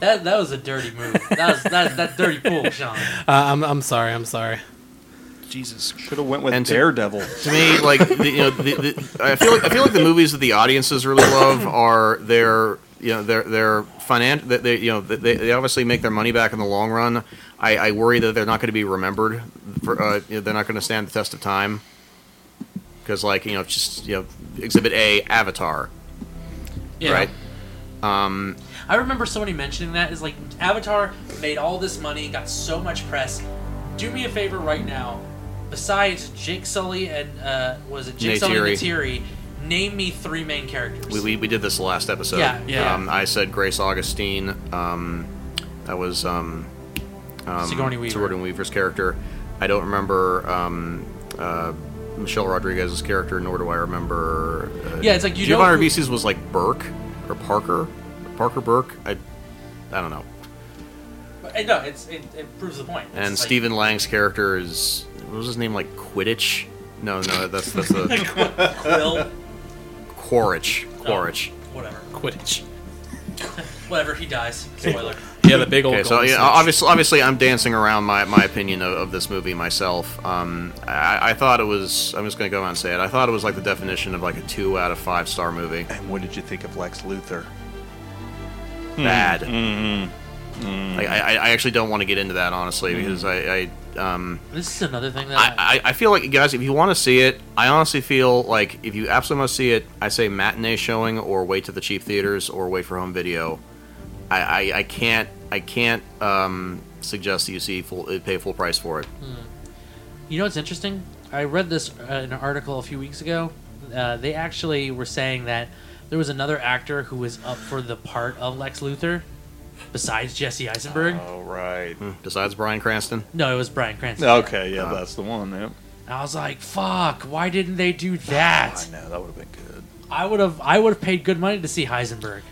That that was a dirty move. That was that that dirty pool, Sean. Uh, I'm I'm sorry. I'm sorry. Jesus should have went with to- Daredevil. To me, like the, you know, the, the, I feel like I feel like the movies that the audiences really love are their you know their their finan- that they you know they, they obviously make their money back in the long run. I, I worry that they're not going to be remembered. For, uh, you know, they're not going to stand the test of time because like you know it's just you know Exhibit A Avatar, Yeah. right? Um, I remember somebody mentioning that is like Avatar made all this money, got so much press. Do me a favor right now. Besides Jake Sully and uh, was it Jake Sully and Neytiri, name me three main characters. we, we, we did this last episode. Yeah, yeah. Um, I said Grace Augustine. Um, that was um, um, Sigourney Weaver. Weaver's character. I don't remember um, uh, Michelle Rodriguez's character, nor do I remember. Uh, Yeah, it's like you know Giovanni who- Ribisi's was like Burke or Parker, Parker Burke. I, I don't know. But, uh, no, it's it, it proves the point. And It's like- Stephen Lang's character is what was his name like Quidditch? No, no, that's that's the Quill, Quaritch. Quaritch. whatever, Quidditch. whatever. He dies. Spoiler. Yeah, the big old. Okay, so golden yeah, snitch. obviously, obviously, I'm dancing around my, my opinion of, of this movie myself. Um, I, I thought it was. I'm just gonna go out and say it. I thought it was like the definition of like a two out of five star movie. And what did you think of Lex Luthor? Hmm. Bad. Mm. Like, I, I I actually don't want to get into that Hmm. honestly because I, I um. This is another thing that I, I, I I feel like guys, if you want to see it, I honestly feel like if you absolutely must see it, I say matinee showing or wait to the cheap theaters or wait for home video. I, I, I can't I can't um, suggest that you see full uh, pay full price for it. Hmm. You know what's interesting? I read this uh, in an article a few weeks ago. Uh, they actually were saying that there was another actor who was up for the part of Lex Luthor, besides Jesse Eisenberg. All right. Hmm, Besides Brian Cranston. Uh, No, it was Brian Cranston. Okay, yeah, Uh-huh. that's the one. Yeah. I was like, "Fuck! Why didn't they do that?" I know that would have been good. I would have. I would have paid good money to see Heisenberg.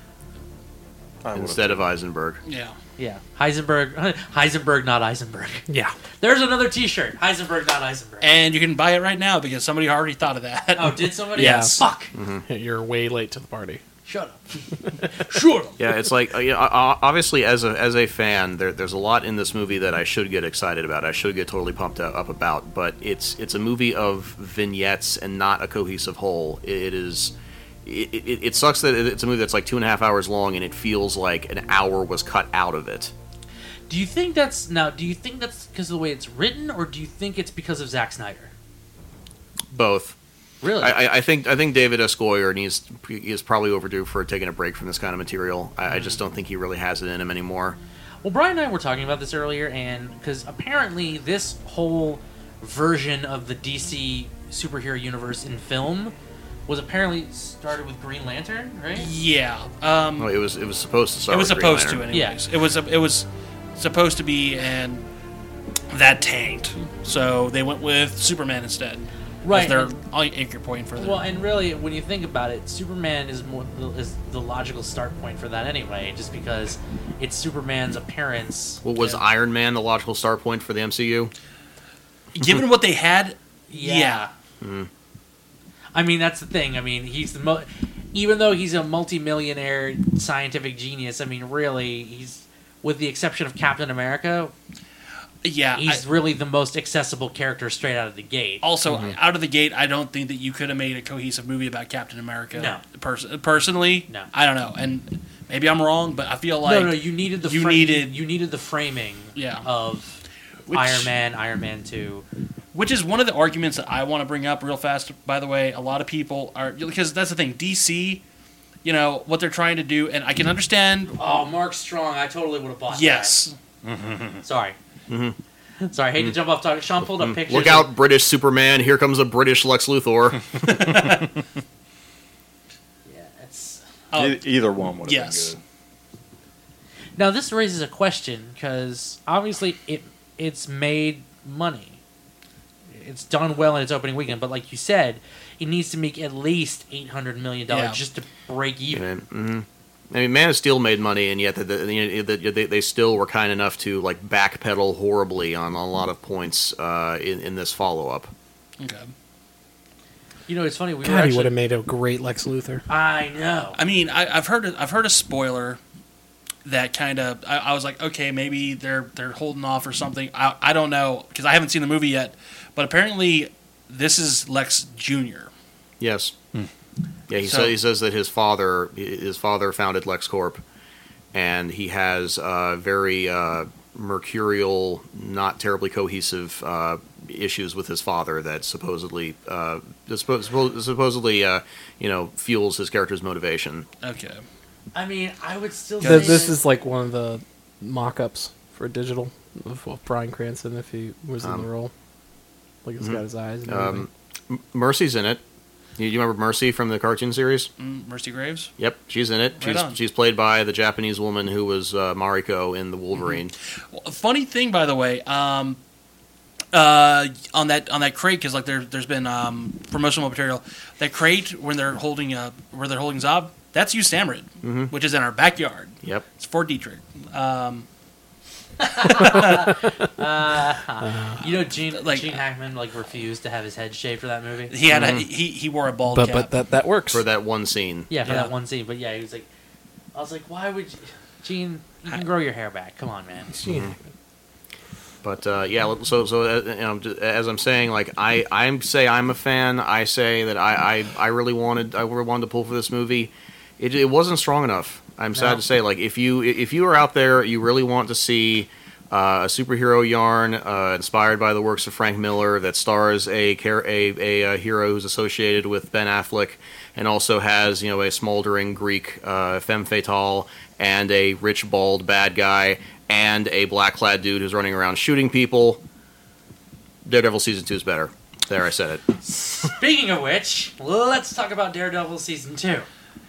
instead of Eisenberg. Yeah. Yeah, Heisenberg, Heisenberg, not Eisenberg. Yeah. There's another T-shirt. Heisenberg, not Eisenberg. And you can buy it right now because somebody already thought of that. Oh, did somebody? Yeah. Fuck. Mm-hmm. You're way late to the party. Shut up. Shut up. yeah, it's like uh, you know, o- o- obviously as a as a fan, there, there's a lot in this movie that I should get excited about. I should get totally pumped up up about, but it's it's a movie of vignettes and not a cohesive whole. It, it is. It, it, it sucks that it- it's a movie that's like two and a half hours long, and it feels like an hour was cut out of it. Do you think that's now? Do you think that's because of the way it's written, or do you think it's because of Zack Snyder? Both. Really? I, I- I think I think David S. Goyer needs he is probably overdue for taking a break from this kind of material. I, I Mm. just don't think he really has it in him anymore. Well, Brian and I were talking about this earlier, and because apparently this whole version of the DC superhero universe in film was apparently started with Green Lantern, right? Yeah. Um, Well, it was it was supposed to start. it was with Green supposed to, Lantern. anyways. It was it was supposed to be, and that tanked. So they went with Superman instead. Right, As their and- anchor point for the Well, and really, when you think about it, Superman is more is the logical start point for that anyway, just because it's Superman's appearance. Well, was Iron Man the logical start point for the MCU? given what they had. Yeah. yeah. Mm-hmm. Mm. I mean, that's the thing. I mean, he's the mo- even though he's a multimillionaire scientific genius. I mean, really, he's with the exception of Captain America. Yeah, he's really the most accessible character straight out of the gate. Also, Mm-hmm. out of the gate, I don't think that you could have made a cohesive movie about Captain America. No. Pers- personally, No. I don't know, and maybe I'm wrong, but I feel like no, no, you needed the you fra- needed you needed the framing Yeah. of Which- Iron Man, Iron Man Two. Which is one of the arguments that I want to bring up real fast. By the way, a lot of people are because that's the thing. DC, you know what they're trying to do, and I can understand. Oh, Mark Strong, I totally would have bought. Yes. Mm-hmm. that. Sorry, sorry. I Mm-hmm. hate to jump off topic. Sean pulled up pictures. Mm-hmm. Look of- out, British Superman! Here comes a British Lex Luthor. It's- E- either one would have Yes. been Now this raises a question because obviously it it's made money. It's done well in its opening weekend, but like you said, it needs to make at least eight hundred million dollars Yeah. just to break even. hmm I mean, Man of Steel made money, and yet the, the, you know, the- they, they still were kind enough to like backpedal horribly on a lot of points uh, in, in this follow up. Okay. You know, it's funny. We God, were he would actually. have made a great Lex Luthor. I know. I mean, I, I've heard I've heard a spoiler that kind of I, I was like, okay, maybe they're they're holding off or something. I I don't know because I haven't seen the movie yet, but apparently this is Lex Junior. Yes. Hmm. Yeah, he, So- sa- he says that his father his father founded LexCorp, and he has uh, very uh, mercurial, not terribly cohesive uh, issues with his father that supposedly uh, suppo- suppo- supposedly uh, you know fuels his character's motivation. Okay. I mean, I would still. Th- say this that- is like one of the mock-ups for digital of of Bryan Cranston if he was in Um, the role. Like he's Mhm. mm-hmm. got his eyes. And Um, M- Mercy's in it. You, you remember Mercy from the cartoon series? Mm, Mercy Graves. Yep, she's in it. Right She's on. she's played by the Japanese woman who was uh, Mariko in the Wolverine. Mm-hmm. Well, a funny thing, by the way, um, uh, on that on that crate because like there there's been um, promotional material. That crate when they're holding uh where they're holding Zob, that's you Samrid, Mhm. which is in our backyard. Yep. It's Fort Dietrich. Um, Uh, you know, Gene Like- Gene Hackman like refused to have his head shaved for that movie. he had a, he he wore a bald cap. Mm-hmm. that that works for that one scene. yeah for Yeah. that one scene, but yeah, he was like, I was like, why would you, Gene? You can grow your hair back. Come on, man. Mm-hmm. But uh, yeah, so so uh, you know, j- as I'm saying, like I I say I'm a fan. I say that I I, I really wanted I really wanted to pull for this movie. It, it wasn't strong enough. I'm sad No. to say. Like if you if you are out there, you really want to see. Uh, a superhero yarn uh, inspired by the works of Frank Miller that stars a, char- a a uh, hero who's associated with Ben Affleck and also has you know a smoldering Greek uh, femme fatale and a rich bald bad guy and a black clad dude who's running around shooting people. Daredevil season two is better. There, I said it. Speaking of which, let's talk about Daredevil season two.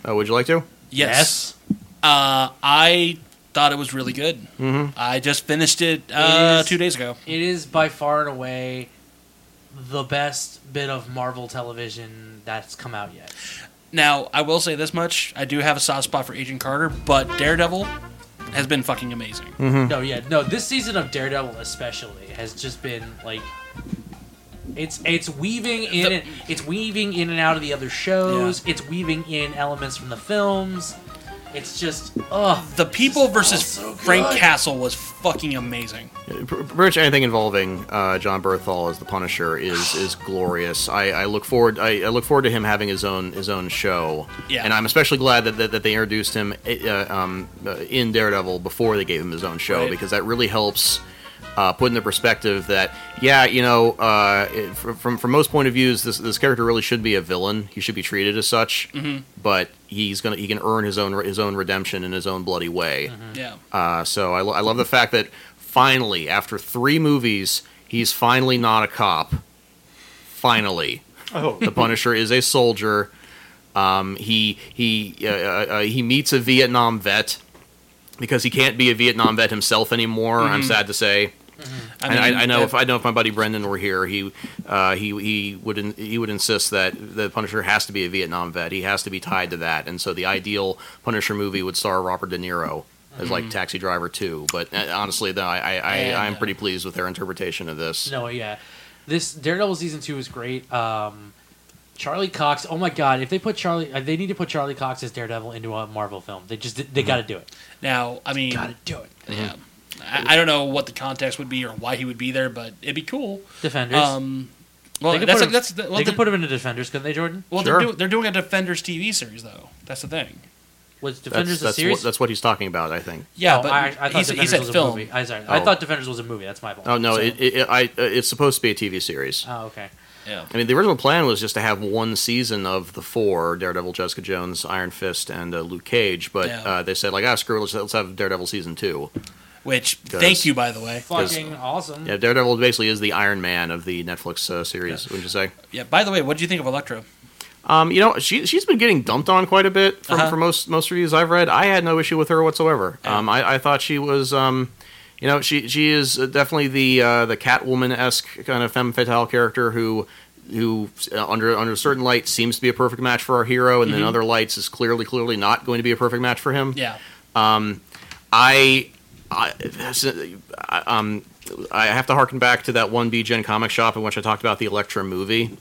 Uh, would you like to? Yes. Uh, I thought it was really good. Mhm. I just finished it uh, It is- two days ago. It is by far and away the best bit of Marvel television that's come out yet. Now I will say this much: I do have a soft spot for Agent Carter, but Daredevil has been fucking amazing. Mhm. No, yeah, no. This season of Daredevil, especially, has just been like it's it's weaving in and it's weaving in and out of the other shows. It's weaving in elements from the films. It's just oh, the people versus Frank good. Castle was fucking amazing. Pr- Pretty much anything involving uh, John Berthal as the Punisher is is glorious. I, I look forward I, I look forward to him having his own his own show. Yeah. And I'm especially glad that, that, that they introduced him uh, um, uh, in Daredevil before they gave him his own show Right. because that really helps uh, put into perspective that yeah you know uh, it, fr- from from most point of views this this character really should be a villain. He should be treated as such. Mhm. But he's gonna he can earn his own his own redemption in his own bloody way. Mm-hmm. Yeah. Uh, so I, lo- I love the fact that finally, after three movies, he's finally not a cop. Finally, Oh. the Punisher is a soldier. Um, he he uh, uh, uh, he meets a Vietnam vet because he can't be a Vietnam vet himself anymore. I'm Mhm. sad to say. I And I, mean, I, know that- if I know if my buddy Brendan were here, he uh, he he would in, he would insist that the Punisher has to be a Vietnam vet. He has to be tied to that, and so the ideal Punisher movie would star Robert De Niro as like Mhm. Taxi Driver 2. But uh, honestly, though, I I, I Yeah. I'm pretty pleased with their interpretation of this. No, yeah. This Daredevil season two is great. Um, Charlie Cox. Oh my God! If they put Charlie, uh, they need to put Charlie Cox as Daredevil into a Marvel film. They just they got to do it. Mm-hmm. Now, I mean, gotta do it. Mm-hmm. Yeah. I, I don't know what the context would be or why he would be there, but it'd be cool. Defenders. Um, well, they could put that's like, him, that's the- well, they could the- put him into Defenders, couldn't they, Jordan? Well, they're, doing, they're doing a Defenders TV series though. That's the thing. Was That's, Defenders that's a series? What, that's what he's talking about, I think. Yeah, Oh, but I, I thought he's- he Defenders said was film. a movie. I sorry. I Oh. thought Defenders was a movie. That's my fault. Oh no, So- it, it, it, I, uh, it's supposed to be a TV series. oh okay. Yeah. I mean, the original plan was just to have one season of the four Daredevil, Jessica Jones, Iron Fist, and uh, Luke Cage, but Yeah. uh, they said, like, ah, screw it, let's, let's have Daredevil season two. Which, 'Cause- thank you, by the way. 'cause- Fucking awesome. Yeah, Daredevil basically is the Iron Man of the Netflix uh, series, wouldn't you say? Yeah. By the way, what do you think of Electra? Um, you know, she she's been getting dumped on quite a bit from, Uh-huh. from most most reviews I've read. I had no issue with her whatsoever. Um, I, I thought she was, um, you know, she she is definitely the uh, the Catwoman esque kind of femme fatale character who who uh, under under certain lights seems to be a perfect match for our hero, and then Mhm. other lights is clearly clearly not going to be a perfect match for him. Yeah. Um, I, I, that's- I- um, I have to harken back to that one B Gen comic shop in which I talked about the Electra movie.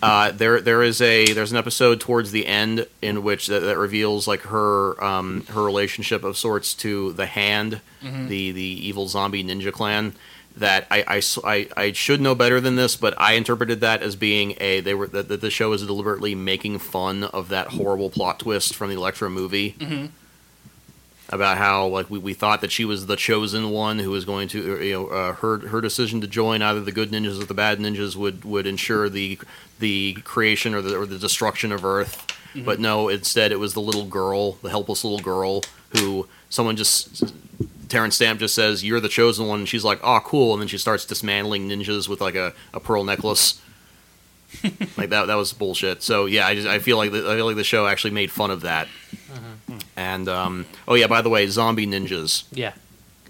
Uh, there, there is a there's an episode towards the end in which that, that reveals like her um, her relationship of sorts to the Hand, Mhm. the the evil zombie ninja clan. That I, I s- I- I should know better than this, but I interpreted that as being a they were that, that the show is deliberately making fun of that horrible plot twist from the Electra movie Mm-hmm. about how like we, we thought that she was the chosen one who was going to uh, you know uh, her her decision to join either the good ninjas or the bad ninjas would would ensure the the creation or the or the destruction of Earth. Mhm. But no, instead it was the little girl, the helpless little girl who someone just Terrence Stamp just says you're the chosen one and she's like oh cool and then she starts dismantling ninjas with like a, a pearl necklace. like that that was bullshit. So yeah, I just I feel like the, I feel like the show actually made fun of that. Mm-hmm. And um, oh yeah, by the way, zombie ninjas. Yeah.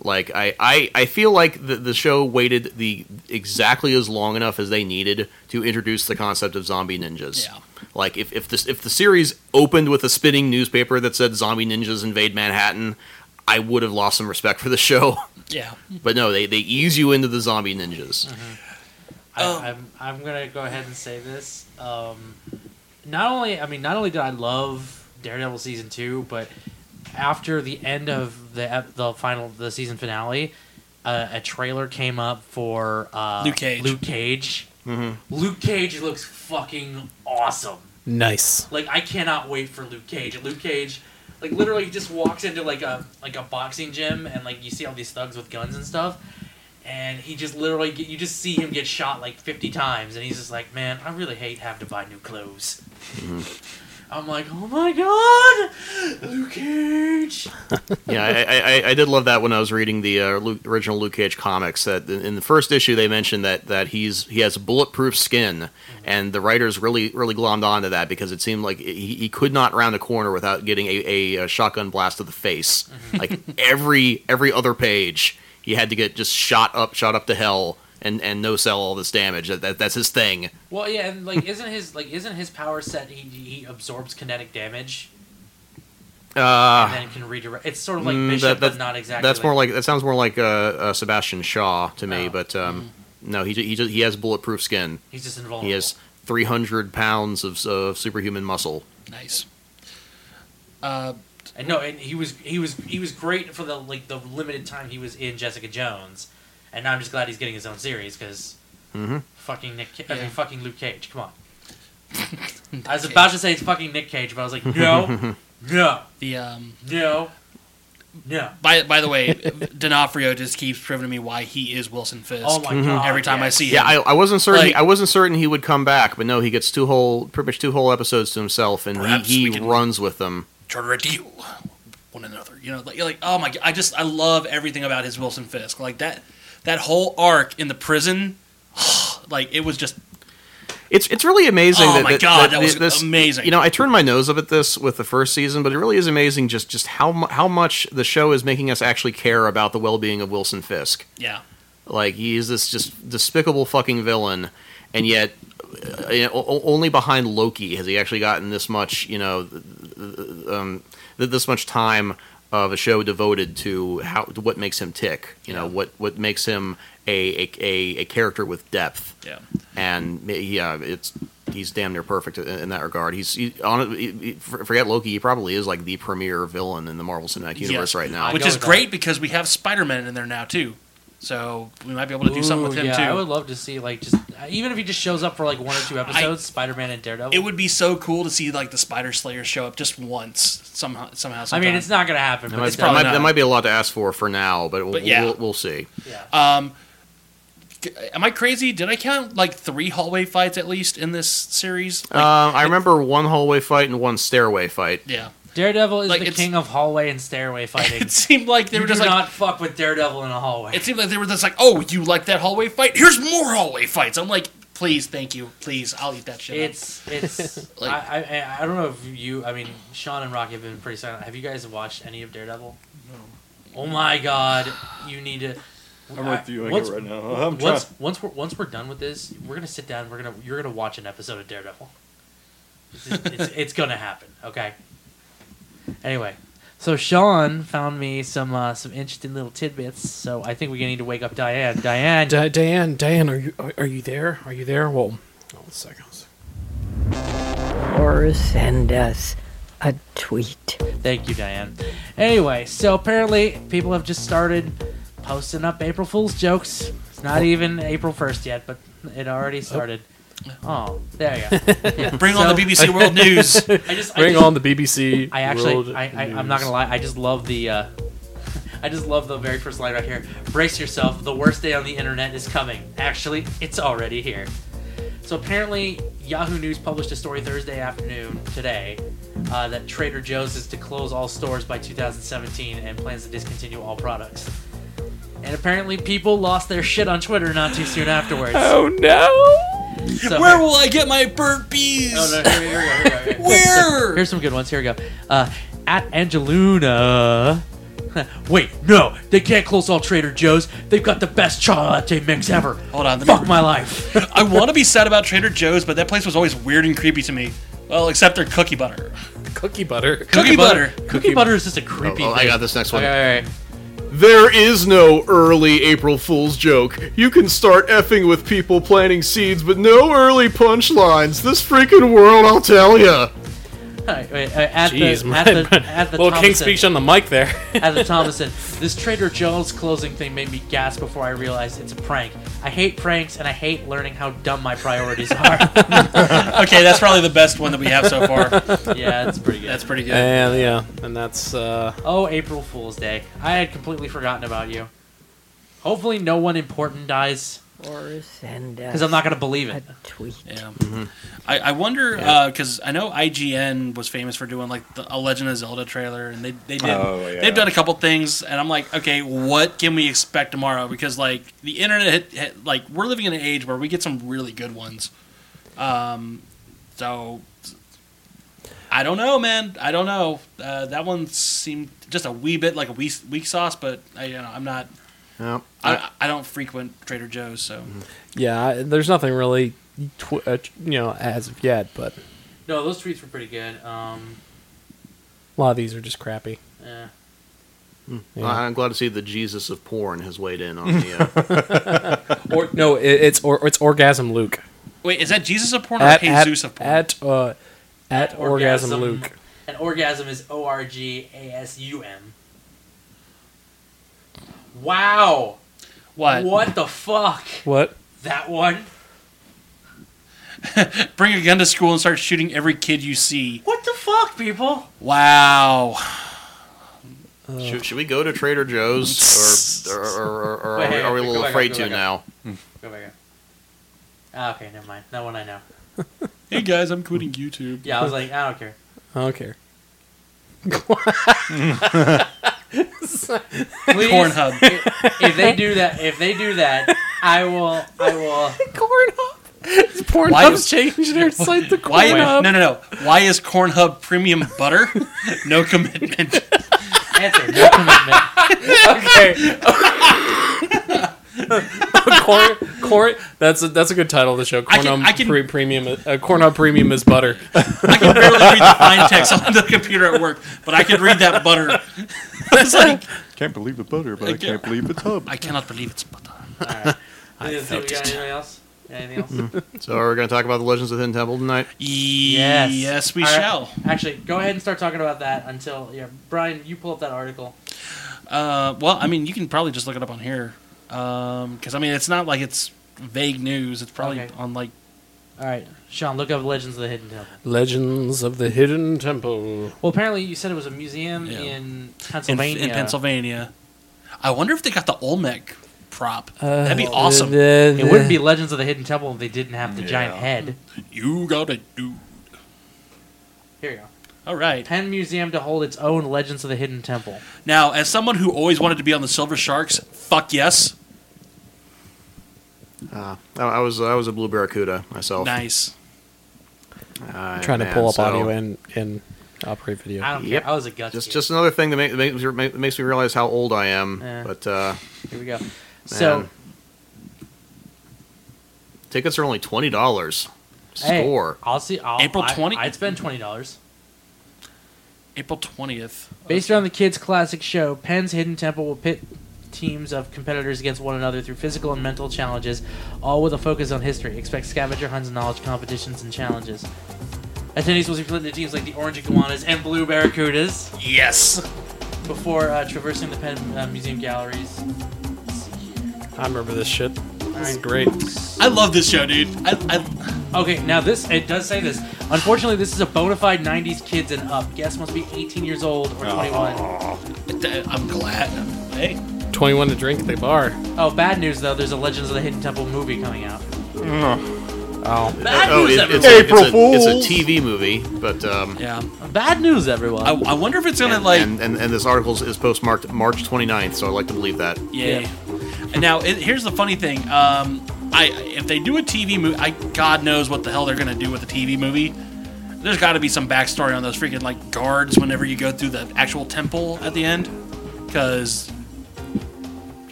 Like I, I, I feel like the, the show waited the exactly as long enough as they needed to introduce the concept of zombie ninjas. Yeah. Like if, if this if the series opened with a spinning newspaper that said zombie ninjas invade Manhattan, I would have lost some respect for the show. Yeah. but no, they, they ease you into the zombie ninjas. I, Oh. I'm I'm gonna go ahead and say this. Um, not only I mean, not only did I love Daredevil season two, but after the end of the ep- the final the season finale, uh, a trailer came up for uh, Luke Cage. Luke Cage. Mhm. mm-hmm. Luke Cage looks fucking awesome. Nice. Like I cannot wait for Luke Cage. Luke Cage, like literally, he just walks into like a like a boxing gym, and like you see all these thugs with guns and stuff, and he just literally get, you just see him get shot like fifty times, and he's just like, man, I really hate having to buy new clothes. Mm-hmm. I'm like, oh my god, Luke Cage. yeah, I, I, I did love that when I was reading the uh, Luke, original Luke Cage comics. That in in the first issue they mentioned that that he's he has bulletproof skin, and the writers really really glommed onto that because it seemed like he, he could not round a corner without getting a, a, uh shotgun blast to the face. Like every every other page, he had to get just shot up, shot up to hell, and and no sell all this damage. That, that that's his thing. Well, yeah, and like, isn't his like, isn't his power set? He he absorbs kinetic damage. Uh, and then can redirect. It's sort of like mm, Bishop, that- that- but not exactly. That's like Oh. more like that sounds more like uh, uh, Sebastian Shaw to me, but um, no, he ju- he ju- he has bulletproof skin. Mm-hmm. He's just He invulnerable. has three hundred pounds of, of superhuman muscle. Nice. Uh, and no, and he was he was he was great for the like the limited time he was in Jessica Jones, and now I'm just glad he's getting his own series because Mm-hmm. fucking Nick, Ca- I mean fucking Luke Cage. Come on. I was about to say it's fucking Nick Cage, but I was like, no, no, the um, no, no. By by the way, D'Onofrio just keeps proving to me why he is Wilson Fisk. Oh my Mhm. God, Every time I yes. see him. Mm-hmm. Yeah, I, I wasn't certain. Like- he, I wasn't certain he would come back, but no, he gets two whole, pretty much two whole episodes to himself, and Perhaps he, we he can- runs with them. charter a deal one another you know like, you're like oh my god i just i love everything about his wilson fisk like that that whole arc in the prison like it was just It's it's really amazing. Oh that, my that, God, that thi- was this, amazing. You know, I turned my nose up at this with the first season, but it really is amazing just just how mu- how much the show is making us actually care about the well being of Wilson Fisk. yeah Like he is this just despicable fucking villain, and yet uh, you know, o- o- only behind Loki has he actually gotten this much you know th- th- um, th- this much time of a show devoted to how to what makes him tick. You know what what makes him a a, a, a character with depth. Yeah. and ma- yeah, it's. He's damn near perfect in, in that regard. He's he, on, he- he- for- forget Loki. He probably is like the premier villain in the Marvel Cinematic Universe yes. right now, which is great because we have spider-man in there now too so we might be able to do something Ooh, with him yeah, too I would love to see like just even if he just shows up for like one or two episodes, Spider-Man and Daredevil. it would be so cool to see like the spider slayer show up just once somehow somehow I sometime. mean, it's not gonna happen, That but might, it's that, probably might, not. that might be a lot to ask for for now, but, we'll, But yeah. we'll, we'll see. Um, c- am I crazy? Did I count like three hallway fights at least in this series? Like, um, I remember one hallway fight and one stairway fight. yeah. Daredevil is Like, the it's- king of hallway and stairway fighting. It seemed like they You were just do like not fuck with Daredevil in a hallway. It seemed like they were just like, "Oh, you like that hallway fight? Here's more hallway fights." I'm like, "Please, thank you, please, I'll eat that shit." up." It's it's Like- I, I I don't know if you I mean Sean and Rocky have been pretty silent. Have you guys watched any of Daredevil? No. Oh my god, you need to. I'm with you, I once- go right now. I'm once trying. once we're once we're done with this, we're gonna sit down. We're gonna you're gonna watch an episode of Daredevil. This is- it's, it's gonna happen. Okay. Anyway, so Sean found me some uh, some interesting little tidbits. So I think we're gonna need to wake up Diane. Diane, Di- Diane, Diane, are you are, are you there? Are you there? Well, hold on a second. Or send us a tweet. Thank you, Diane. Anyway, so apparently people have just started posting up April Fool's jokes. It's not even April 1st yet, but it already started. Oh, there you go. Yeah, Bring on the BBC World News. Bring on the BBC I actually, World I, I, I'm not News. gonna lie. I just love the. Uh, I just love the very first line right here. Brace yourself. The worst day on the internet is coming. Actually, it's already here. So apparently, Yahoo News published a story Thursday afternoon today uh, that Trader Joe's is to close all stores by 2017 and plans to discontinue all products. And apparently, people lost their shit on Twitter not too soon afterwards. Oh no! So- Where will I get my burnt bees? Oh, no, here we- here we go, here we go, here we go. Where? Here's some good ones. Here we go. Uh, at Angeluna. Wait, no, they can't close all Trader Joe's. They've got the best chocolate latte mix ever. Hold on, let me- Fuck my life. I want to be sad about Trader Joe's, but that place was always weird and creepy to me. Well, except their cookie butter. Cookie butter. Cookie, butter. Cookie butter is just a creepy. Oh, oh, I got this next one. Okay, There is no early April Fool's joke. You can start effing with people planting seeds, but no early punchlines. This freaking world, I'll tell ya. all right, wait, uh, at Jeez, the, my- at the, my- at the little king Thomason- speech on the mic there. at the Thomason, this Trader Joe's closing thing made me gasp before I realized it's a prank. I hate pranks and I hate learning how dumb my priorities are. okay, that's probably the best one that we have so far. Yeah, that's pretty good. That's pretty good. And yeah, and that's uh, Oh, April Fool's Day. I had completely forgotten about you. Hopefully, no one important dies. Or send us Because I'm not going to believe it. tweet. Yeah. Mm-hmm. I, I wonder because I know IGN was famous for doing like the, a Legend of Zelda trailer, and they they did Oh, yeah. they've done a couple things, and I'm like, okay, what can we expect tomorrow? Because like the internet, had, had- like we're living in an age where we get some really good ones. Um, so I don't know, man. I don't know. Uh, that one seemed just a wee bit like a wee, weak sauce, but I, you know, I'm not. Yep. I, I don't frequent Trader Joe's, so Mm-hmm. yeah. I- There's nothing really, tw- uh, you know, as of yet. But No, those tweets were pretty good. Um, A lot of these are just crappy. Yeah. Hmm. Well, I'm glad to see the Jesus of porn has weighed in on the. Uh... or no, it, it's or it's orgasm Luke. Wait, is that Jesus of porn At- or at- Jesus of porn? At uh, at, orgasm, Luke. And orgasm is O R G A S U M. Wow. What? What the fuck? What? That one? Bring a gun to school and start shooting every kid you see. What the fuck, people? Wow. should, should we go to Trader Joe's, or, or, or, or, or are, we, are we a little afraid to now? Go back up. Ah, okay, never mind. That one I know. Hey guys, I'm quitting YouTube. Yeah, I was like, I don't care. I don't care. Hmm. Please, Pornhub. If, if they do that, if they do that, I will. I will. Pornhub's Why is- changed their site to Why? Pornhub. No, no, no. Why is Cornhub premium butter? No commitment. Answer. No commitment. okay. corn, corn. That's a, that's a good title of the show. I Corn can- on I can- pre- premium. Uh, corn on premium is butter. I can barely read the fine text on the computer at work, but I can read that butter. It's like Can't believe the butter, but I Okay. can't believe it's hub. I cannot believe it's butter. I Let's see, we got anything else? Got Anything else? Mm. So are we going to talk about the Legends of the Hidden Temple tonight? Yes. Yes, we All right. shall. Actually, go ahead and start talking about that until yeah, Brian, you pull up that article. Uh, well, I mean, you can probably just look it up on here, because I mean, it's not like it's vague news. It's probably Okay. on like All right, Sean, look up Legends of the Hidden Temple. Legends of the Hidden Temple. Well, apparently you said it was a museum Yeah. in in, Pennsylvania. in Pennsylvania. I wonder if they got the Olmec prop. Uh, That'd be uh, awesome. the- It wouldn't be Legends of the Hidden Temple if they didn't have the giant Yeah. head. You gotta do. Here you go. All right. Penn Museum to hold its own Legends of the Hidden Temple. Now, as someone who always wanted to be on the Silver Sharks, fuck yes. Uh, I, I was I was a blue barracuda myself. Nice. Alright, trying to man, pull up so- audio and and operate video. I don't care. I was a gutsy. Just just another thing that make, makes make, makes me realize how old I am. Yeah. But uh, Here we go. So Man. tickets are only twenty dollars. hey, Score. I'll see. I'll, April I- 20? I'd spend twenty dollars. April 20th. Based around the kids' classic show, Penn's Hidden Temple will pit teams of competitors against one another through physical and mental challenges, all with a focus on history. Expect scavenger hunts, knowledge competitions, and challenges. Attendees will be split into teams like the Orange Iguanas and Blue Barracudas Yes. before uh, traversing the Penn uh, Museum galleries. I remember this shit. This is great. I love this show, dude. I, I, Okay, now this it does say this. Unfortunately, this is a bona fide '90s kids and up. Guests must be 18 years old or 21. I'm glad. Hey. Twenty-one to drink at the bar. Oh, bad news though. There's a Legends of the Hidden Temple movie coming out. Oh, Bad oh, news, it- it's, everyone. a, April it's, a, it's a Fools. TV movie, but um, Yeah. Bad news, everyone. I, I wonder if it's going to, like. and, and and this article is, is postmarked March 29th, so I'd like to believe that. Yay. And now it, here's the funny thing. Um, I if they do a TV movie, I God knows what the hell they're gonna do with a TV movie. There's got to be some backstory on those freaking like guards whenever you go through the actual temple at the end, because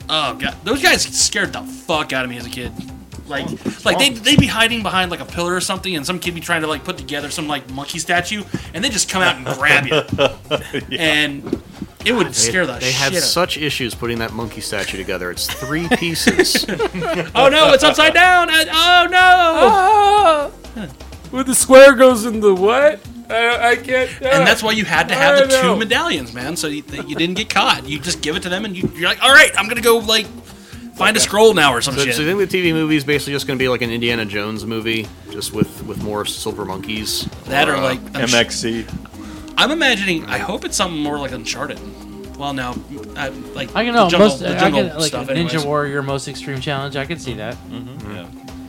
oh god, those guys scared the fuck out of me as a kid. Like, like they they'd be hiding behind like a pillar or something, and some kid be trying to like put together some like monkey statue, and they just come out and grab you, and it would scare the They shit. had out of me. such issues putting that monkey statue together. It's three pieces. Oh no, it's upside down. I, oh no. Ah! Where the square goes in the what? I, I can't. And that's why you had to have I the two know. medallions, man. So you, that you didn't get caught. You just give it to them, and you, you're like, all right, I'm gonna go like find a scroll now or some So, so you shit. think the TV movie is basically just going to be like an Indiana Jones movie, just with with more silver monkeys? that or uh, like I'm, sh- MXC. I'm imagining. I hope it's something more like Uncharted. Well, no, I, like I can know the jungle, most. the I jungle can like stuff. Ninja anyways. Mm-hmm, Warrior Most Extreme Challenge. I can see that Yeah.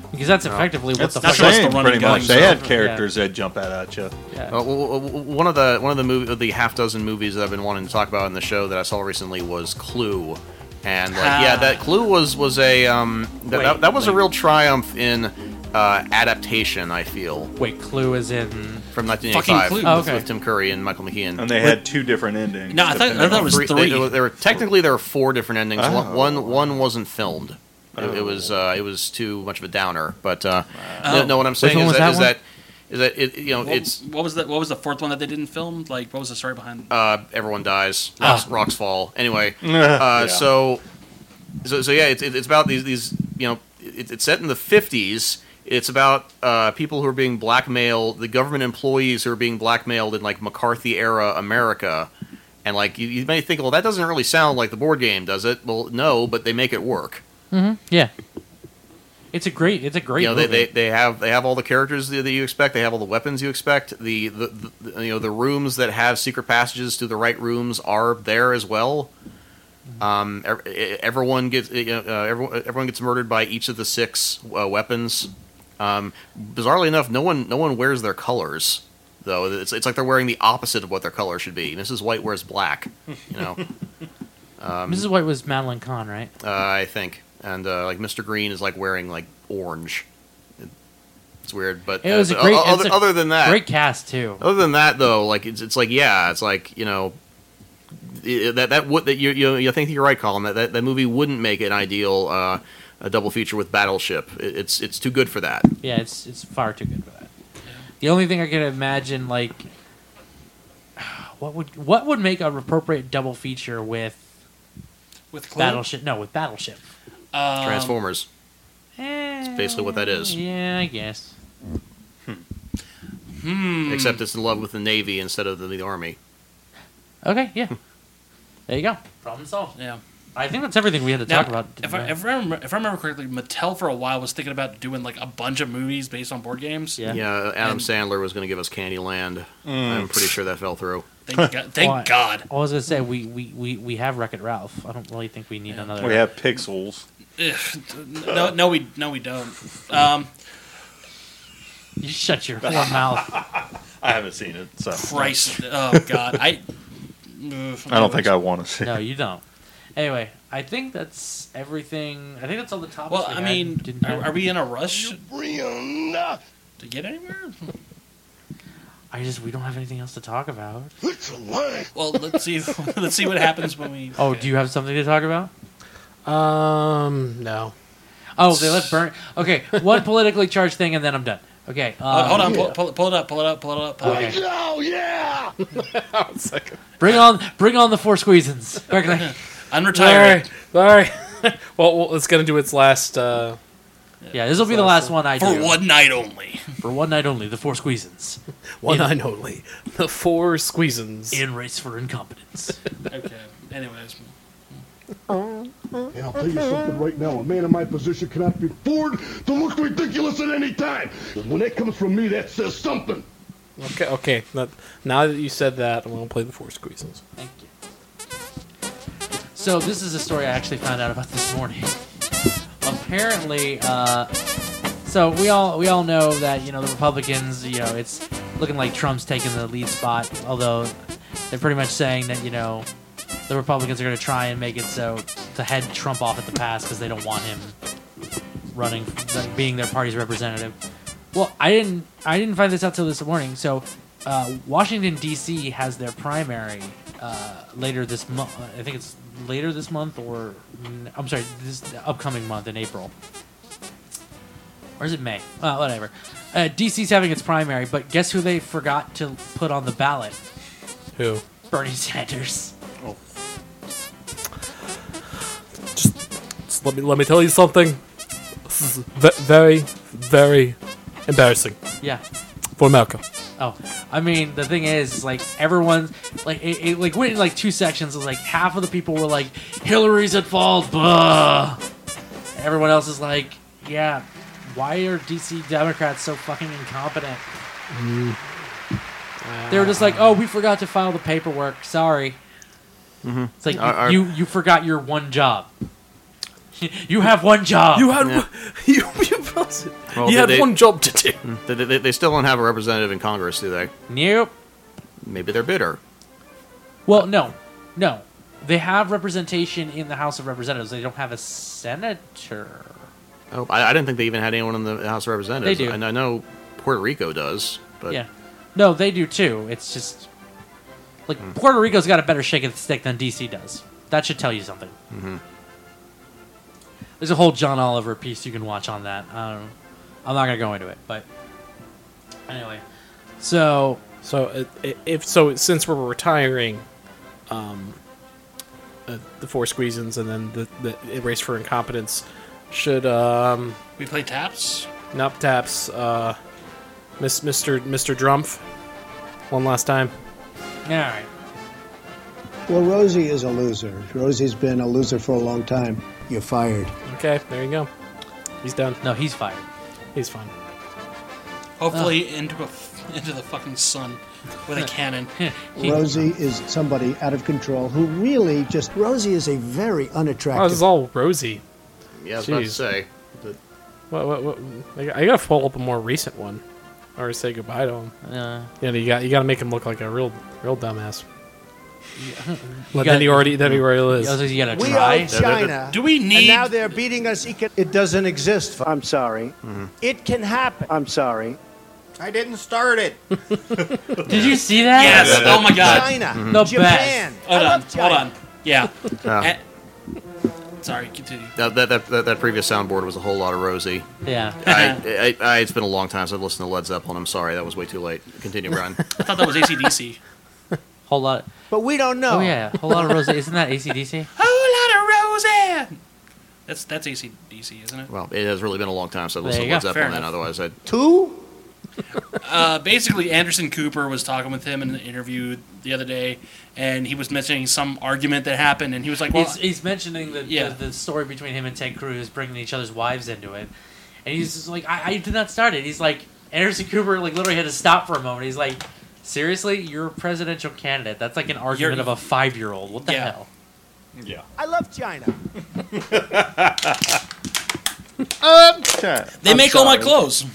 because that's effectively what That's the the, fuck. that's what's the same, running pretty gun, much. They so- had characters that jump out at you. Yeah. Uh, w- w- w- one of the one of the movie of the half dozen movies that I've been wanting to talk about in the show that I saw recently was Clue, and like yeah, Ah. that Clue was was a um that, that, Wait, that was a wait. real triumph in uh, adaptation. I feel Wait, Clue is in. from 1985 Clue. with, Oh, okay. with Tim Curry and Michael McKean. And they had two different endings. No, I thought- I depending thought it on- was- they- three. there were- there were- technically there were four different endings. One Oh. one one wasn't filmed. It, it was uh, it was too much of a downer. But uh, no, no, what I'm saying Oh. one is was that, that is one? that Is that it? You know, what, it's what was the what was the fourth one that they didn't film? Like, what was the story behind? uh, everyone dies. Rocks, rocks fall. Anyway, uh, Yeah. so, so so yeah, it's it- it's about these these you know it, it's set in the fifties. It's about uh, people who are being blackmailed, the government employees who are being blackmailed in like McCarthy era America, and like you, you may think, well, that doesn't really sound like the board game, does it? Well, no, but they make it work. Mm-hmm. Yeah. It's a great. It's a great. you know, they, movie. they, they have they have all the characters that that you expect. They have all the weapons you expect. The, the, the you know the rooms that have secret passages to the right rooms are there as well. Um, ev- e- everyone gets you know, uh, everyone, everyone gets murdered by each of the six uh, weapons. Um, bizarrely enough, no one no one wears their colors though. It's it's like they're wearing the opposite of what their color should be. Mrs. White wears black. You know. Um, Mrs. White was Madeline Kahn, right? uh, I think. And uh, like Mr. Green is like wearing like orange. It- It's weird, but It was uh, a great. o- o- it's Other, a other than that, great cast too. other than that though, like it's, it's like yeah, it's like you know i- that that would that you you, you think you're right, Colin. That, that that movie wouldn't make an ideal uh, a double feature with Battleship. It, it's it's too good for that. Yeah, it's it's far too good for that. The only thing I can imagine, like, what would what would make an appropriate double feature with With Clue? Battleship? No, with Battleship. Um, Transformers. It's basically what that is. Yeah, I guess. Hmm. Except it's in love with the Navy instead of the, the Army. Okay, Hmm. yeah. there you go. Problem solved. Yeah. I think that's everything we had to Now, talk about. If I, today. if, I remember, if I remember correctly, Mattel for a while was thinking about doing like a bunch of movies based on board games. Yeah, uh, Adam And Sandler was going to give us Candyland. Mm. I'm pretty sure that fell through. Thank God. Thank Well, I- God. I was gonna say we we we, we have Wreck It Ralph. I don't really think we need another. We have pixels. Ugh, no, no, we no, we don't. Um, you shut your whore mouth. I haven't seen it, so Christ, oh God, I. Ugh. I don't think I want to see. No, it. you don't. Anyway, I think that's everything. I think that's all the topics. Well, we I had. mean, Didn't are, have- are we in a rush to get anywhere? I just we don't have anything else to talk about. Well, let's see. Let's see what happens when we. Oh, do you have something to talk about? Um, no. Oh, they left burn. Okay, one politically charged thing, and then I'm done. Okay, Uh, um, hold on, pull, pull, pull it up, pull it up, pull it up. Pull Okay. it up. Oh yeah! Bring on, bring on the four squeezins. Quickly. Unretired. Sorry. Sorry. well, well, it's gonna do its last. Uh, Yeah, this will be the last one I For do one night only. For one night only, the four squeezins. one In- night only. The four squeezins. In race for incompetence. Okay. Anyways. And I'll tell you something right now. A man in my position cannot be afford to look ridiculous at any time. And when that comes from me, that says something. Okay, okay. Now- now that you said that, I'm gonna play the four squeezins. Thank you. So this is a story I actually found out about this morning. Apparently, uh, so we all we all know that you know the Republicans, you know, it's looking like Trump's taking the lead spot. Although they're pretty much saying that you know the Republicans are going to try and make it so to head Trump off at the pass because they don't want him running, like, being their party's representative. Well, I didn't I didn't find this out till this morning. So uh, Washington D.C. has their primary uh, later this month. I think it's later this month or n- I'm sorry, this upcoming month in April. Or is it May? Uh, whatever. Uh, DC's having its primary, but guess who they forgot to put on the ballot? Who? Bernie Sanders. Just let me let me tell you something. This is ve- very, very embarrassing. Yeah. For America. Oh, I mean, the thing is, is like everyone, like it, it like went in like two sections. It was like half of the people were like, "Hillary's at fault," buh. And everyone else is like, "Yeah, why are DC Democrats so fucking incompetent?" They were just like, "Oh, we forgot to file the paperwork. Sorry." Mm-hmm. It's like you, you you forgot your one job. you have one job. You had one- you Well, they- you had they- one job to do. They, they, they still don't have a representative in Congress, do they? Nope. Maybe they're bitter. Well, no, no. They have representation in the House of Representatives. They don't have a senator. Oh, I, I didn't think they even had anyone in the House of Representatives. They do. And I know Puerto Rico does, but yeah. No, they do too. It's just like Puerto Rico's got a better shake of the stick than DC does. That should tell you something. Mhm. There's a whole John Oliver piece you can watch on that. I don't, I'm not gonna go into it, but Anyway, So, so uh, i- if so, since we're retiring, um, uh, the four squeezins and then the, the race for incompetence, should um, we play taps? Nup taps, uh, Miss Mister Mister Drumpf, one last time. Yeah, all right. Well, Rosie is a loser. Rosie's been a loser for a long time. You're fired. Okay, there you go. He's done. No, he's fired. He's fine. Hopefully into a, into the fucking sun with a cannon. Rosie is somebody out of control who really just. Rosie is a very unattractive. Oh, this is all rosy. Yeah, I was about to Jeez. say. that- What, what, what, I got- I gotta follow up a more recent one, or say goodbye to him. Yeah, yeah. You got you gotta make him look like a real real dumbass. You Well, gotta- then he already then he already is. Yeah, I was like, you gotta We are China. Do we need? And now they're beating us. eco- It doesn't exist. I'm sorry. It can happen. I'm sorry. I didn't start it. Did you see that? Yes. Oh my god. China. Mhm. The Japan. best. Hold I on. love Hold on. Yeah. Ah. And- sorry. Continue. That, that, that, that, that previous soundboard was a whole lot of Rosie. Yeah. I, I, I, it's been a long time since I've listened to Led Zeppelin. I'm sorry, that was way too late. Continue, Ron. I thought that was ACDC. Whole lot. But we don't know. Oh yeah, a whole lot of Rosie. Isn't that ACDC? Whole lot of Roseanne. That's that's ACDC, isn't it? well, it has really been a long time since I've There listened you to Led go. Zeppelin. Fair Then enough. otherwise, I'd Two? Uh, basically, Anderson Cooper was talking with him in an interview the other day, and he was mentioning some argument that happened, and he was like, "Well, he's, he's mentioning the, Yeah. the the story between him and Ted Cruz, bringing each other's wives into it, and he's just like, I, "I did not start it." He's like, Anderson Cooper like literally had to stop for a moment. He's like, "Seriously, you're a presidential candidate? That's like an argument of a five year old. What the hell?" Yeah. I love China. Um, they I'm make all my sorry. clothes."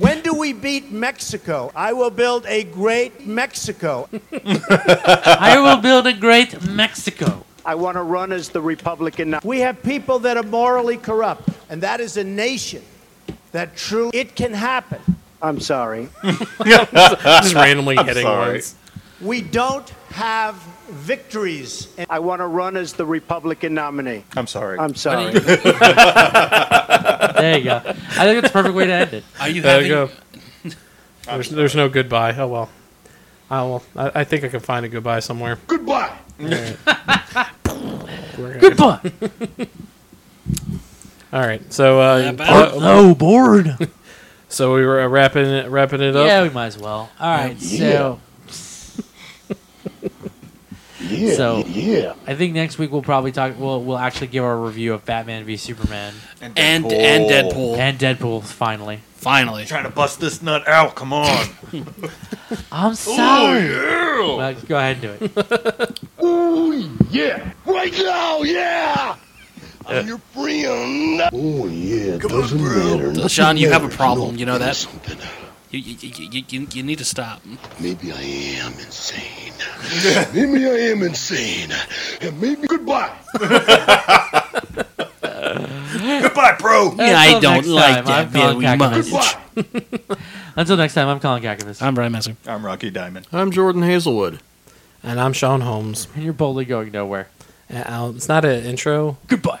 When do we beat Mexico? I will build a great Mexico. I will build a great Mexico. I want to run as the Republican. We have people that are morally corrupt, and that is a nation that true. It can happen. I'm sorry. Just randomly I'm hitting sorry. ones. We don't have victories. And I want to run as the Republican nominee. I'm sorry. I'm sorry. There you go. I think that's the perfect way to end it. Are you there you having- go. There's, there's no goodbye. Oh well. I will. I, I think I can find a goodbye somewhere. Goodbye. All right. We're gonna- Goodbye. All right. So uh, but- Aren't thou bored? So we were uh, wrapping it, wrapping it up. Yeah, we might as well. All right, so. Yeah, so yeah. I think next week we'll probably talk. We'll we'll actually give our review of Batman v Superman And Deadpool. And- and Deadpool. and Deadpool finally. Finally, trying to bust this nut out. Come on. Oh, I'm sorry. Well, go ahead and do it. Oh yeah! Right now, yeah! I'm your friend. Oh yeah, it doesn't matter. Nothing Sean, you have a matters. problem. No, You know that. You, you, you, you- you, you need to stop. Maybe I am insane. maybe I am insane. And maybe goodbye. goodbye, bro. Yeah, I Until don't next like time, that I'm Colin very Kaepernick. much. Goodbye. Until next time, I'm Colin Kakavas. I'm Brian Messer. I'm Rocky Diamond. I'm Jordan Hazelwood, and I'm Sean Holmes. uh, And you're boldly going nowhere. it's not an intro. Goodbye.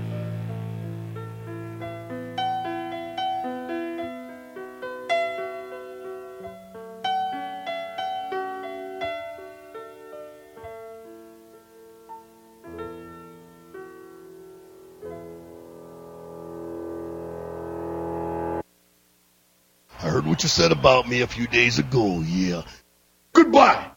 I heard what you said about me a few days ago. Yeah. Goodbye.